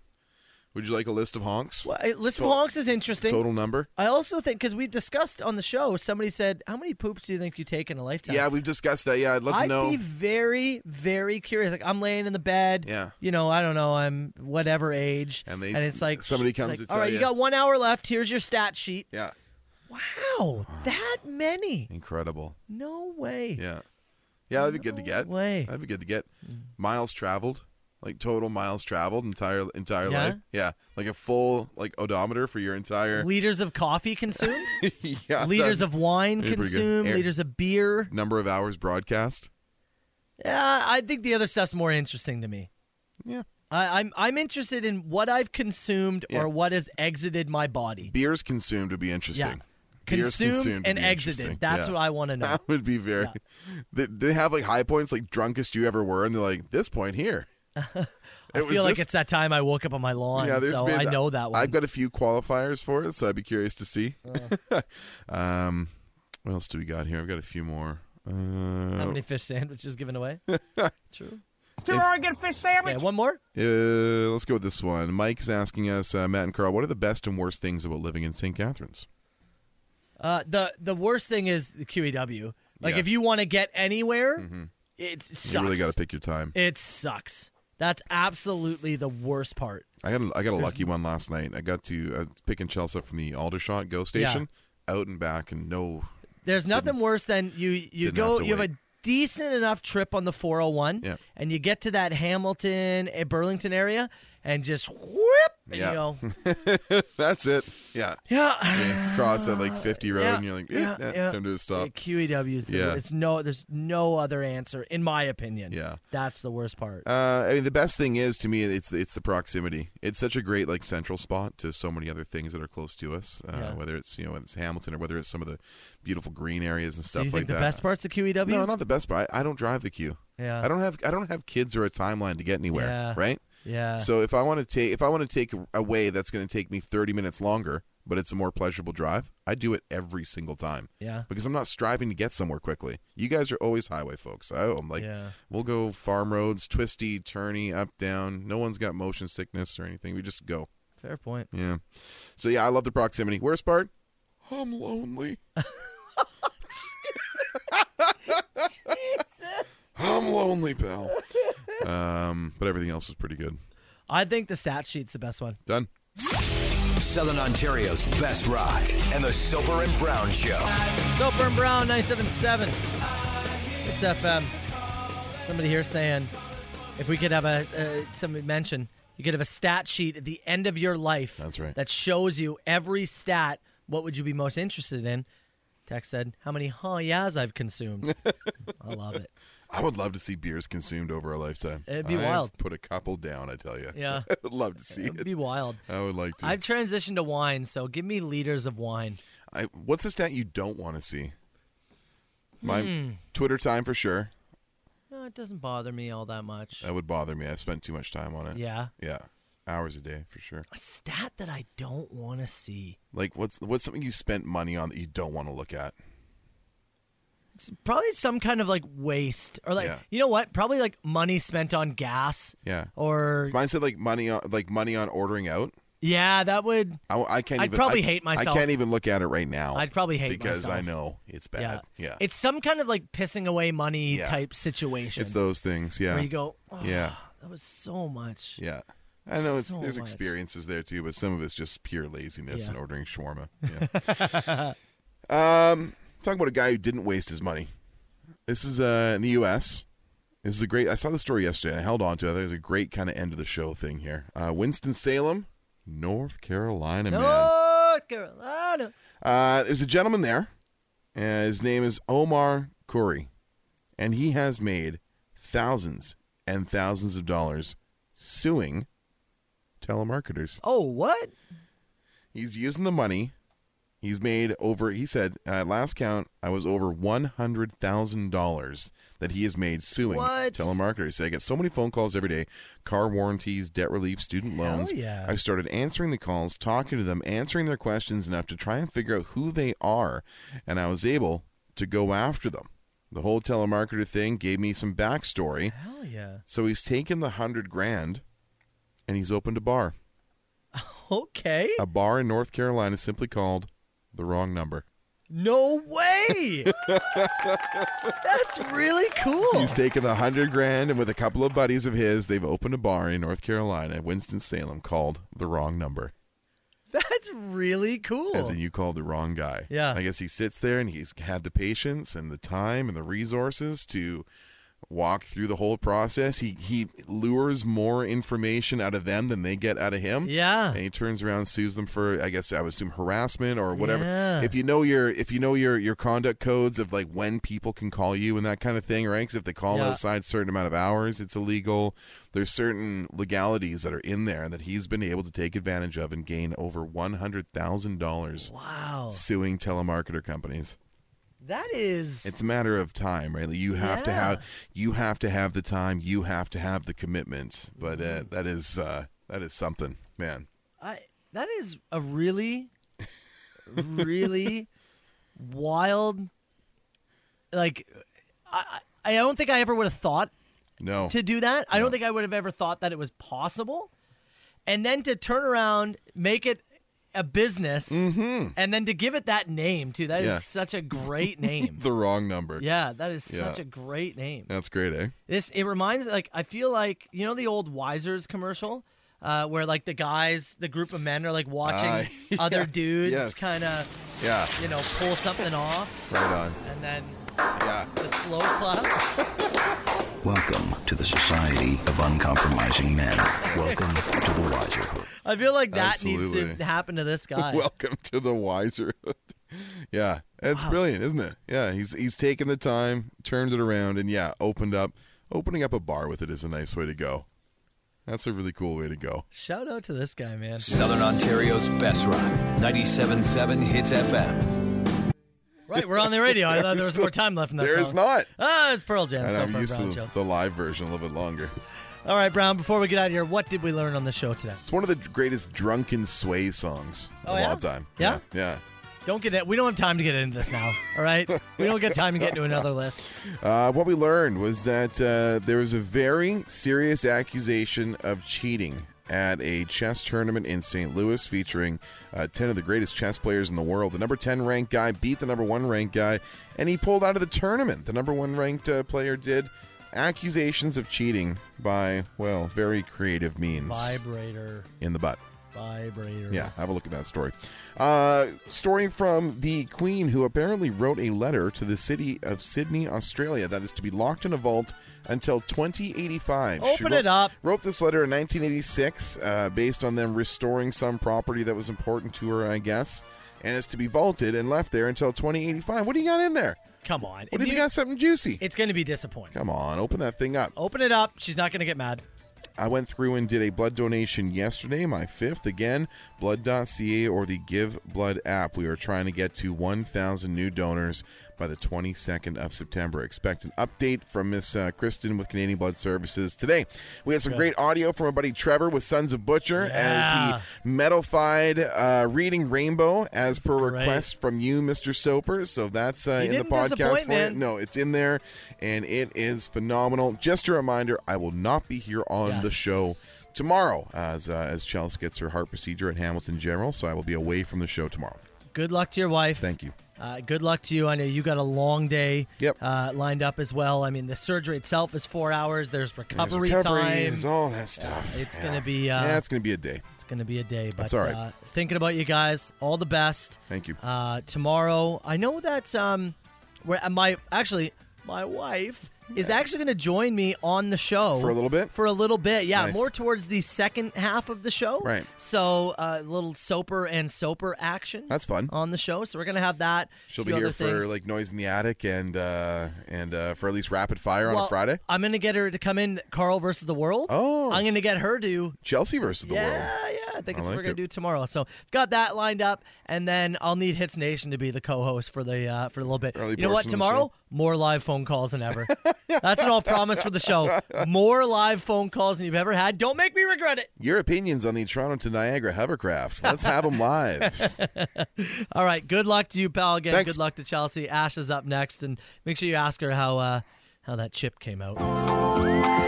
G: Would you like a list of honks?
F: Well, I- list of
G: To-
F: honks is interesting.
G: Total number.
F: I also think because we discussed on the show, somebody said, "How many poops do you think you take in a lifetime?"
G: Yeah, we've discussed that. Yeah, I'd love to
F: I'd
G: know.
F: be very, very curious. Like I'm laying in the bed.
G: Yeah.
F: You know, I don't know. I'm whatever age,
G: And they-
F: it's like
G: somebody
F: it's
G: comes
F: like,
G: to
F: All
G: tell
F: right, you
G: ya."
F: got one hour left. Here's your stat sheet.
G: yeah,
F: Wow, that many?
G: incredible.
F: No way.
G: Yeah, yeah, that'd be good to get.
F: Way. Mm.
G: That'd be good to get. Miles traveled, like total miles traveled, entire entire
F: Yeah?
G: life. Yeah, like a full like odometer for your entire.
F: Liters of coffee consumed.
G: yeah,
F: liters
G: that'd-
F: of wine
G: that'd be pretty good.
F: consumed.
G: Air-
F: Liters of beer.
G: number of hours broadcast.
F: Yeah, I think the other stuff's more interesting to me.
G: Yeah.
F: I, I'm I'm interested in what I've consumed
G: Yeah.
F: or what has exited my body.
G: Beers consumed would be interesting. Beers
F: Consumed
G: consumed would
F: and
G: be
F: exited.
G: interesting.
F: That's what I wanna know.
G: That would be very. They, they have like high points, like drunkest you ever were, and they're like this point here.
F: I
G: It was
F: feel like
G: this-
F: it's that time I woke up on my lawn,
G: yeah, there's
F: so
G: been-
F: I know that one.
G: I've got a few qualifiers for it, so I'd be curious to see. um, what else do we got here? I've got a few more. Uh,
F: How many fish sandwiches given away? True.
O: Two Oregon fish sandwich.
F: Yeah, one more.
G: Uh, let's go with this one. Mike's asking us, uh, Matt and Carl, what are the best and worst things about living in St. Catharines?
F: Uh, the the worst thing is the QEW.
G: Yeah.
F: Like
G: Mm-hmm.
F: if you want to get anywhere, it sucks.
G: You really got to pick your time.
F: It sucks. That's absolutely the worst part.
G: I got a, I got a
F: There's-
G: lucky one last night. I got to I was picking Chelsea up from the Aldershot Go Station, out and back, and no,
F: There's nothing worse than you you
G: didn't
F: go
G: have to
F: you have
G: wait.
F: a decent enough trip on the 401
G: Yeah.
F: and you get to that Hamilton eh, Burlington area and just whoop and you go
G: yeah, that's it. Yeah,
F: Yeah.
G: You cross that like fifty road,
F: Yeah.
G: and you're like, eh,
F: Yeah.
G: eh,
F: Yeah.
G: come to a stop.
F: QEW is the
G: Yeah.
F: it's no there's no other answer in my opinion.
G: Yeah.
F: That's the worst part.
G: Uh, I mean, the best thing is to me, it's it's the proximity. It's such a great like central spot to so many other things that are close to us. Uh,
F: Yeah.
G: Whether it's you know whether it's Hamilton or whether it's some of the beautiful green areas and
F: Do
G: stuff
F: you think
G: like
F: the
G: that.
F: best part's the E QEW?
G: No, not the best part. I, I don't drive the queue.
F: Yeah.
G: I don't have I don't have kids or a timeline to get anywhere.
F: Yeah.
G: Right.
F: Yeah.
G: So if I want to take if I want to take a way that's going to take me thirty minutes longer, but it's a more pleasurable drive, I do it every single time.
F: Yeah.
G: Because I'm not striving to get somewhere quickly. You guys are always highway folks. I, I'm like,
F: Yeah.
G: we'll go farm roads, twisty, turny, up, down. No one's got motion sickness or anything. We just go.
F: Fair point.
G: Yeah. So yeah, I love the proximity. Worst part? I'm lonely. I'm lonely, pal. um, but everything else is pretty good.
F: I think the stat sheet's the best one.
G: Done.
E: Southern Ontario's best rock and the Silver and Brown Show.
F: Soper and Brown, 977. It's FM. Somebody here saying if we could have a, uh, somebody mention, you could have a stat sheet at the end of your life.
G: That's right.
F: That shows you every stat. What would you be most interested in? Tech said, how many ha yas I've consumed. I love it.
G: I would love to see beers consumed over a lifetime.
F: It'd be
G: I've
F: wild.
G: Put a couple down, I tell you.
F: Yeah.
G: I would love to see
F: It'd
G: it.
F: be wild.
G: I would like to.
F: I've transitioned to wine, so give me liters of wine.
G: I, what's the stat you don't want to see? My
F: Hmm.
G: Twitter time for sure.
F: No, it doesn't bother me all that much.
G: That would bother me. I spent too much time on it.
F: Yeah?
G: Yeah. Hours a day for sure.
F: A stat that I don't want to see.
G: Like what's what's something you spent money on that you don't want to look at?
F: It's probably some kind of like waste or like
G: Yeah.
F: you know what? Probably like money spent on gas.
G: Yeah.
F: Or
G: mine said like money on like money on ordering out.
F: Yeah, that would
G: I, I can't
F: I'd
G: even
F: probably
G: I-
F: hate myself.
G: I can't even look at it right now.
F: I'd probably hate
G: because
F: myself.
G: I know it's bad. Yeah.
F: It's some kind of like pissing away money
G: Yeah.
F: type situation.
G: It's those things, yeah.
F: Where you go, "Oh,
G: Yeah.
F: that was so much.
G: Yeah. I know it's,
F: So
G: there's
F: much.
G: experiences there too, but some of it's just pure laziness
F: Yeah.
G: and ordering shawarma. Yeah. um, talking about a guy who didn't waste his money. This is uh, in the U.S. This is a great. I saw the story yesterday and I held on to it. I think it was a great kind of end of the show thing here. Uh, Winston Salem, North Carolina man.
F: North Carolina.
G: Uh, there's a gentleman there. Uh, his name is Omar Khoury, and he has made thousands and thousands of dollars suing telemarketers.
F: Oh, what?
G: He's using the money. He's made over. He said at last count, I was over one hundred thousand dollars that he has made suing
B: What?
G: telemarketers. He said, I get so many phone calls every day, car warranties, debt relief, student loans.
B: yeah.
G: I started answering the calls, talking to them, answering their questions enough to try and figure out who they are, and I was able to go after them. The whole telemarketer thing gave me some backstory.
F: Hell yeah.
G: So he's taken the hundred grand, and he's opened a bar.
F: Okay.
G: A bar in North Carolina simply called the wrong number.
F: No way. That's really cool.
G: He's taken the hundred grand, and with a couple of buddies of his, they've opened a bar in North Carolina, Winston Salem, called the wrong number.
F: That's really cool.
G: As in, you called the wrong guy.
F: Yeah.
G: I guess he sits there and he's had the patience and the time and the resources to walk through the whole process. He he lures more information out of them than they get out of him.
F: Yeah.
G: And he turns around, and sues them for I guess I would assume harassment or whatever.
F: Yeah.
G: If you know your if you know your your conduct codes of like when people can call you and that kind of thing, right? 'Cause if they call
B: Yeah.
G: outside certain amount of hours, it's illegal. There's certain legalities that are in there that he's been able to take advantage of and gain over one hundred thousand dollars.
F: Wow.
G: Suing telemarketer companies.
F: That is
G: It's a matter of time, really. You have to
F: Yeah.
G: have you have to have the time. You have to have the commitment. But
F: Mm-hmm.
G: uh, that is uh, that is something, man.
F: I that is a really really wild like I I I don't think I ever would have thought
G: No,
F: to do that. I don't think I would have ever thought that it was possible. And then to turn around, make it a business, and then to give it that name too. That is
G: Mm-hmm. Yeah.
F: such a great name.
G: the wrong number.
F: yeah, that is
G: Yeah.
F: such a great name.
G: That's great, eh?
F: This it reminds like I feel like you know the old Wisers commercial uh, where like the guys, the group of men are like watching
G: Ah, yeah.
F: other dudes
G: Yes.
F: kind of
G: Yeah,
F: you know pull something off,
G: right on.
F: and then
G: Yeah.
F: the slow clap.
E: Welcome to the Society of Uncompromising Men. Welcome to the Wiser.
F: I feel like that needs
G: Absolutely.
F: to happen to this guy.
G: Welcome to the wiser. yeah, it's brilliant, isn't it? Yeah, he's he's taken the time, turned it around, and yeah, opened up. Opening up a bar with it is a nice way to go. That's a really cool way to go.
F: Shout out to this guy, man.
E: Southern Ontario's best rock. 97.7 Hits FM.
F: Right, we're on the radio. I thought there
G: There's
F: was
G: no-
F: more time left in that
G: there is
F: song.
G: not.
F: Ah, it's Pearl Jam.
G: and
F: South
G: I'm
F: Park
G: used
F: Brown
G: to the,
F: Show.
G: the live version a little bit longer.
F: All right, Brown, before we get out of here, what did we learn on the show today?
G: It's one of the greatest drunken sway songs
F: Oh,
G: of
F: yeah?
G: all time.
F: Yeah?
G: yeah.
F: Don't get it. We don't have time to get into this now. All right, we don't get time to get into another list.
G: Uh, what we learned was that uh, there was a very serious accusation of cheating at a chess tournament in St. Louis featuring uh, 10 of the greatest chess players in the world. The number 10 ranked guy beat the number 1 ranked guy, and he pulled out of the tournament. The number 1 ranked uh, player did. accusations of cheating by, well, very creative means.
F: Vibrator.
G: In the butt.
F: Vibrator.
G: Yeah, have a look at that story. Uh, story from the Queen, who apparently wrote a letter to the city of Sydney, Australia, that is to be locked in a vault until 2085.
F: Open
G: she wrote,
F: it up.
G: Wrote this letter in 1986, uh, based on them restoring some property that was important to her, I guess, and is to be vaulted and left there until 2085. What do you got in there?
F: Come on.
G: What if you got something juicy?
F: It's going to be disappointing.
G: Come on, open that thing up.
F: Open it up. She's not going to get mad.
G: I went through and did a blood donation yesterday, my fifth. Again, blood.ca or the Give Blood app. We are trying to get to 1,000 new donors by the 22nd of September. Expect an update from Miss uh, Kristen with Canadian Blood Services today. We had some
F: Good.
G: great audio from our buddy Trevor with Sons of Butcher
F: Yeah.
G: as he metalfied uh, reading Rainbow as per request from you, Mr. Soper. So that's uh,
F: He
G: in the
F: didn't
G: podcast
F: disappoint,
G: for you.
F: man.
G: No, it's in there and it is phenomenal. Just a reminder, I will not be here on the
F: Yes.
G: show tomorrow as uh, as Chelsea gets her heart procedure at Hamilton General, so I will be away from the show tomorrow.
F: Good luck to your wife.
G: Thank you.
F: Uh, good luck to you. I know you got a long day
G: yep.
F: uh, lined up as well. I mean, the surgery itself is four hours. There's recovery,
G: There's
F: time.
G: there's all that stuff.
F: it's gonna be, uh,
G: yeah, it's gonna be a day.
F: It's gonna be a day. But
G: That's all right.
F: uh, thinking about you guys. All the best.
G: Thank you.
F: Uh, tomorrow, I know that um, where uh, my actually my wife is actually going to join me on the show
G: For a little bit?
F: For a little bit, yeah,
G: Nice.
F: more towards the second half of the show.
G: Right.
F: So a little soaper and soaper action.
G: That's fun.
F: on the show. So we're gonna have that.
G: She'll
F: a
G: be
F: few
G: here
F: Oh, other
G: for
F: things.
G: like noise in the attic and uh and uh for at least rapid fire on
F: Well,
G: a Friday.
F: I'm gonna get her to come in Carl versus the world.
G: Oh,
F: I'm gonna get her to
G: Chelsea versus the
F: yeah,
G: world.
F: yeah. I think
G: I
F: it's what
G: like
F: we're gonna
G: it.
F: do tomorrow. So got that lined up, and then I'll need Hits Nation to be the co-host for the uh, for a little bit.
G: Early
F: you know what?
G: portion of the
F: Tomorrow,
G: show.
F: more live phone calls than ever. That's what I'll promise for the show. More live phone calls than you've ever had. Don't make me regret it.
G: Your opinions on the Toronto to Niagara hovercraft. Let's have them live.
F: All right. Good luck to you, pal. Again,
G: Thanks.
F: good luck to Chelsea. Ash is up next, and make sure you ask her how uh, how that chip came out.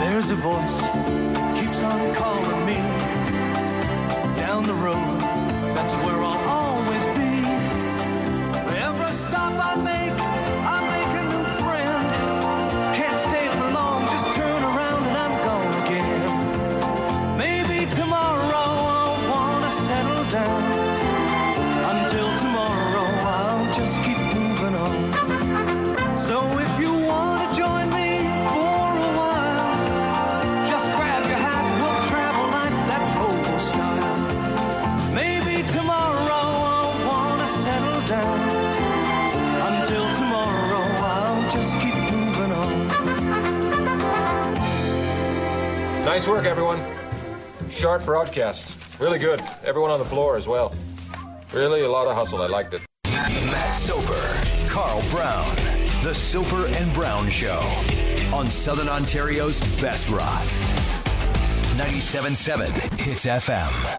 N: There's a voice keeps on calling me down the road. That's where I'll always be. Every stop I make, I make a new friend. Can't stay for long, just turn around and I'm gone again. Maybe tomorrow I'll wanna settle down. Until tomorrow, I'll just keep moving on. So if you wanna join me for a while. Just grab your hat, we'll travel like that's old style. Maybe tomorrow I'll wanna settle down. Until tomorrow, I'll just keep moving on.
O: Nice work, everyone. Sharp broadcast. Really good. Everyone on the floor as well. Really a lot of hustle. I liked it.
E: Matt Soper, Carl Brown, The Soper and Brown Show on Southern Ontario's best rock. 97.7 Hits FM.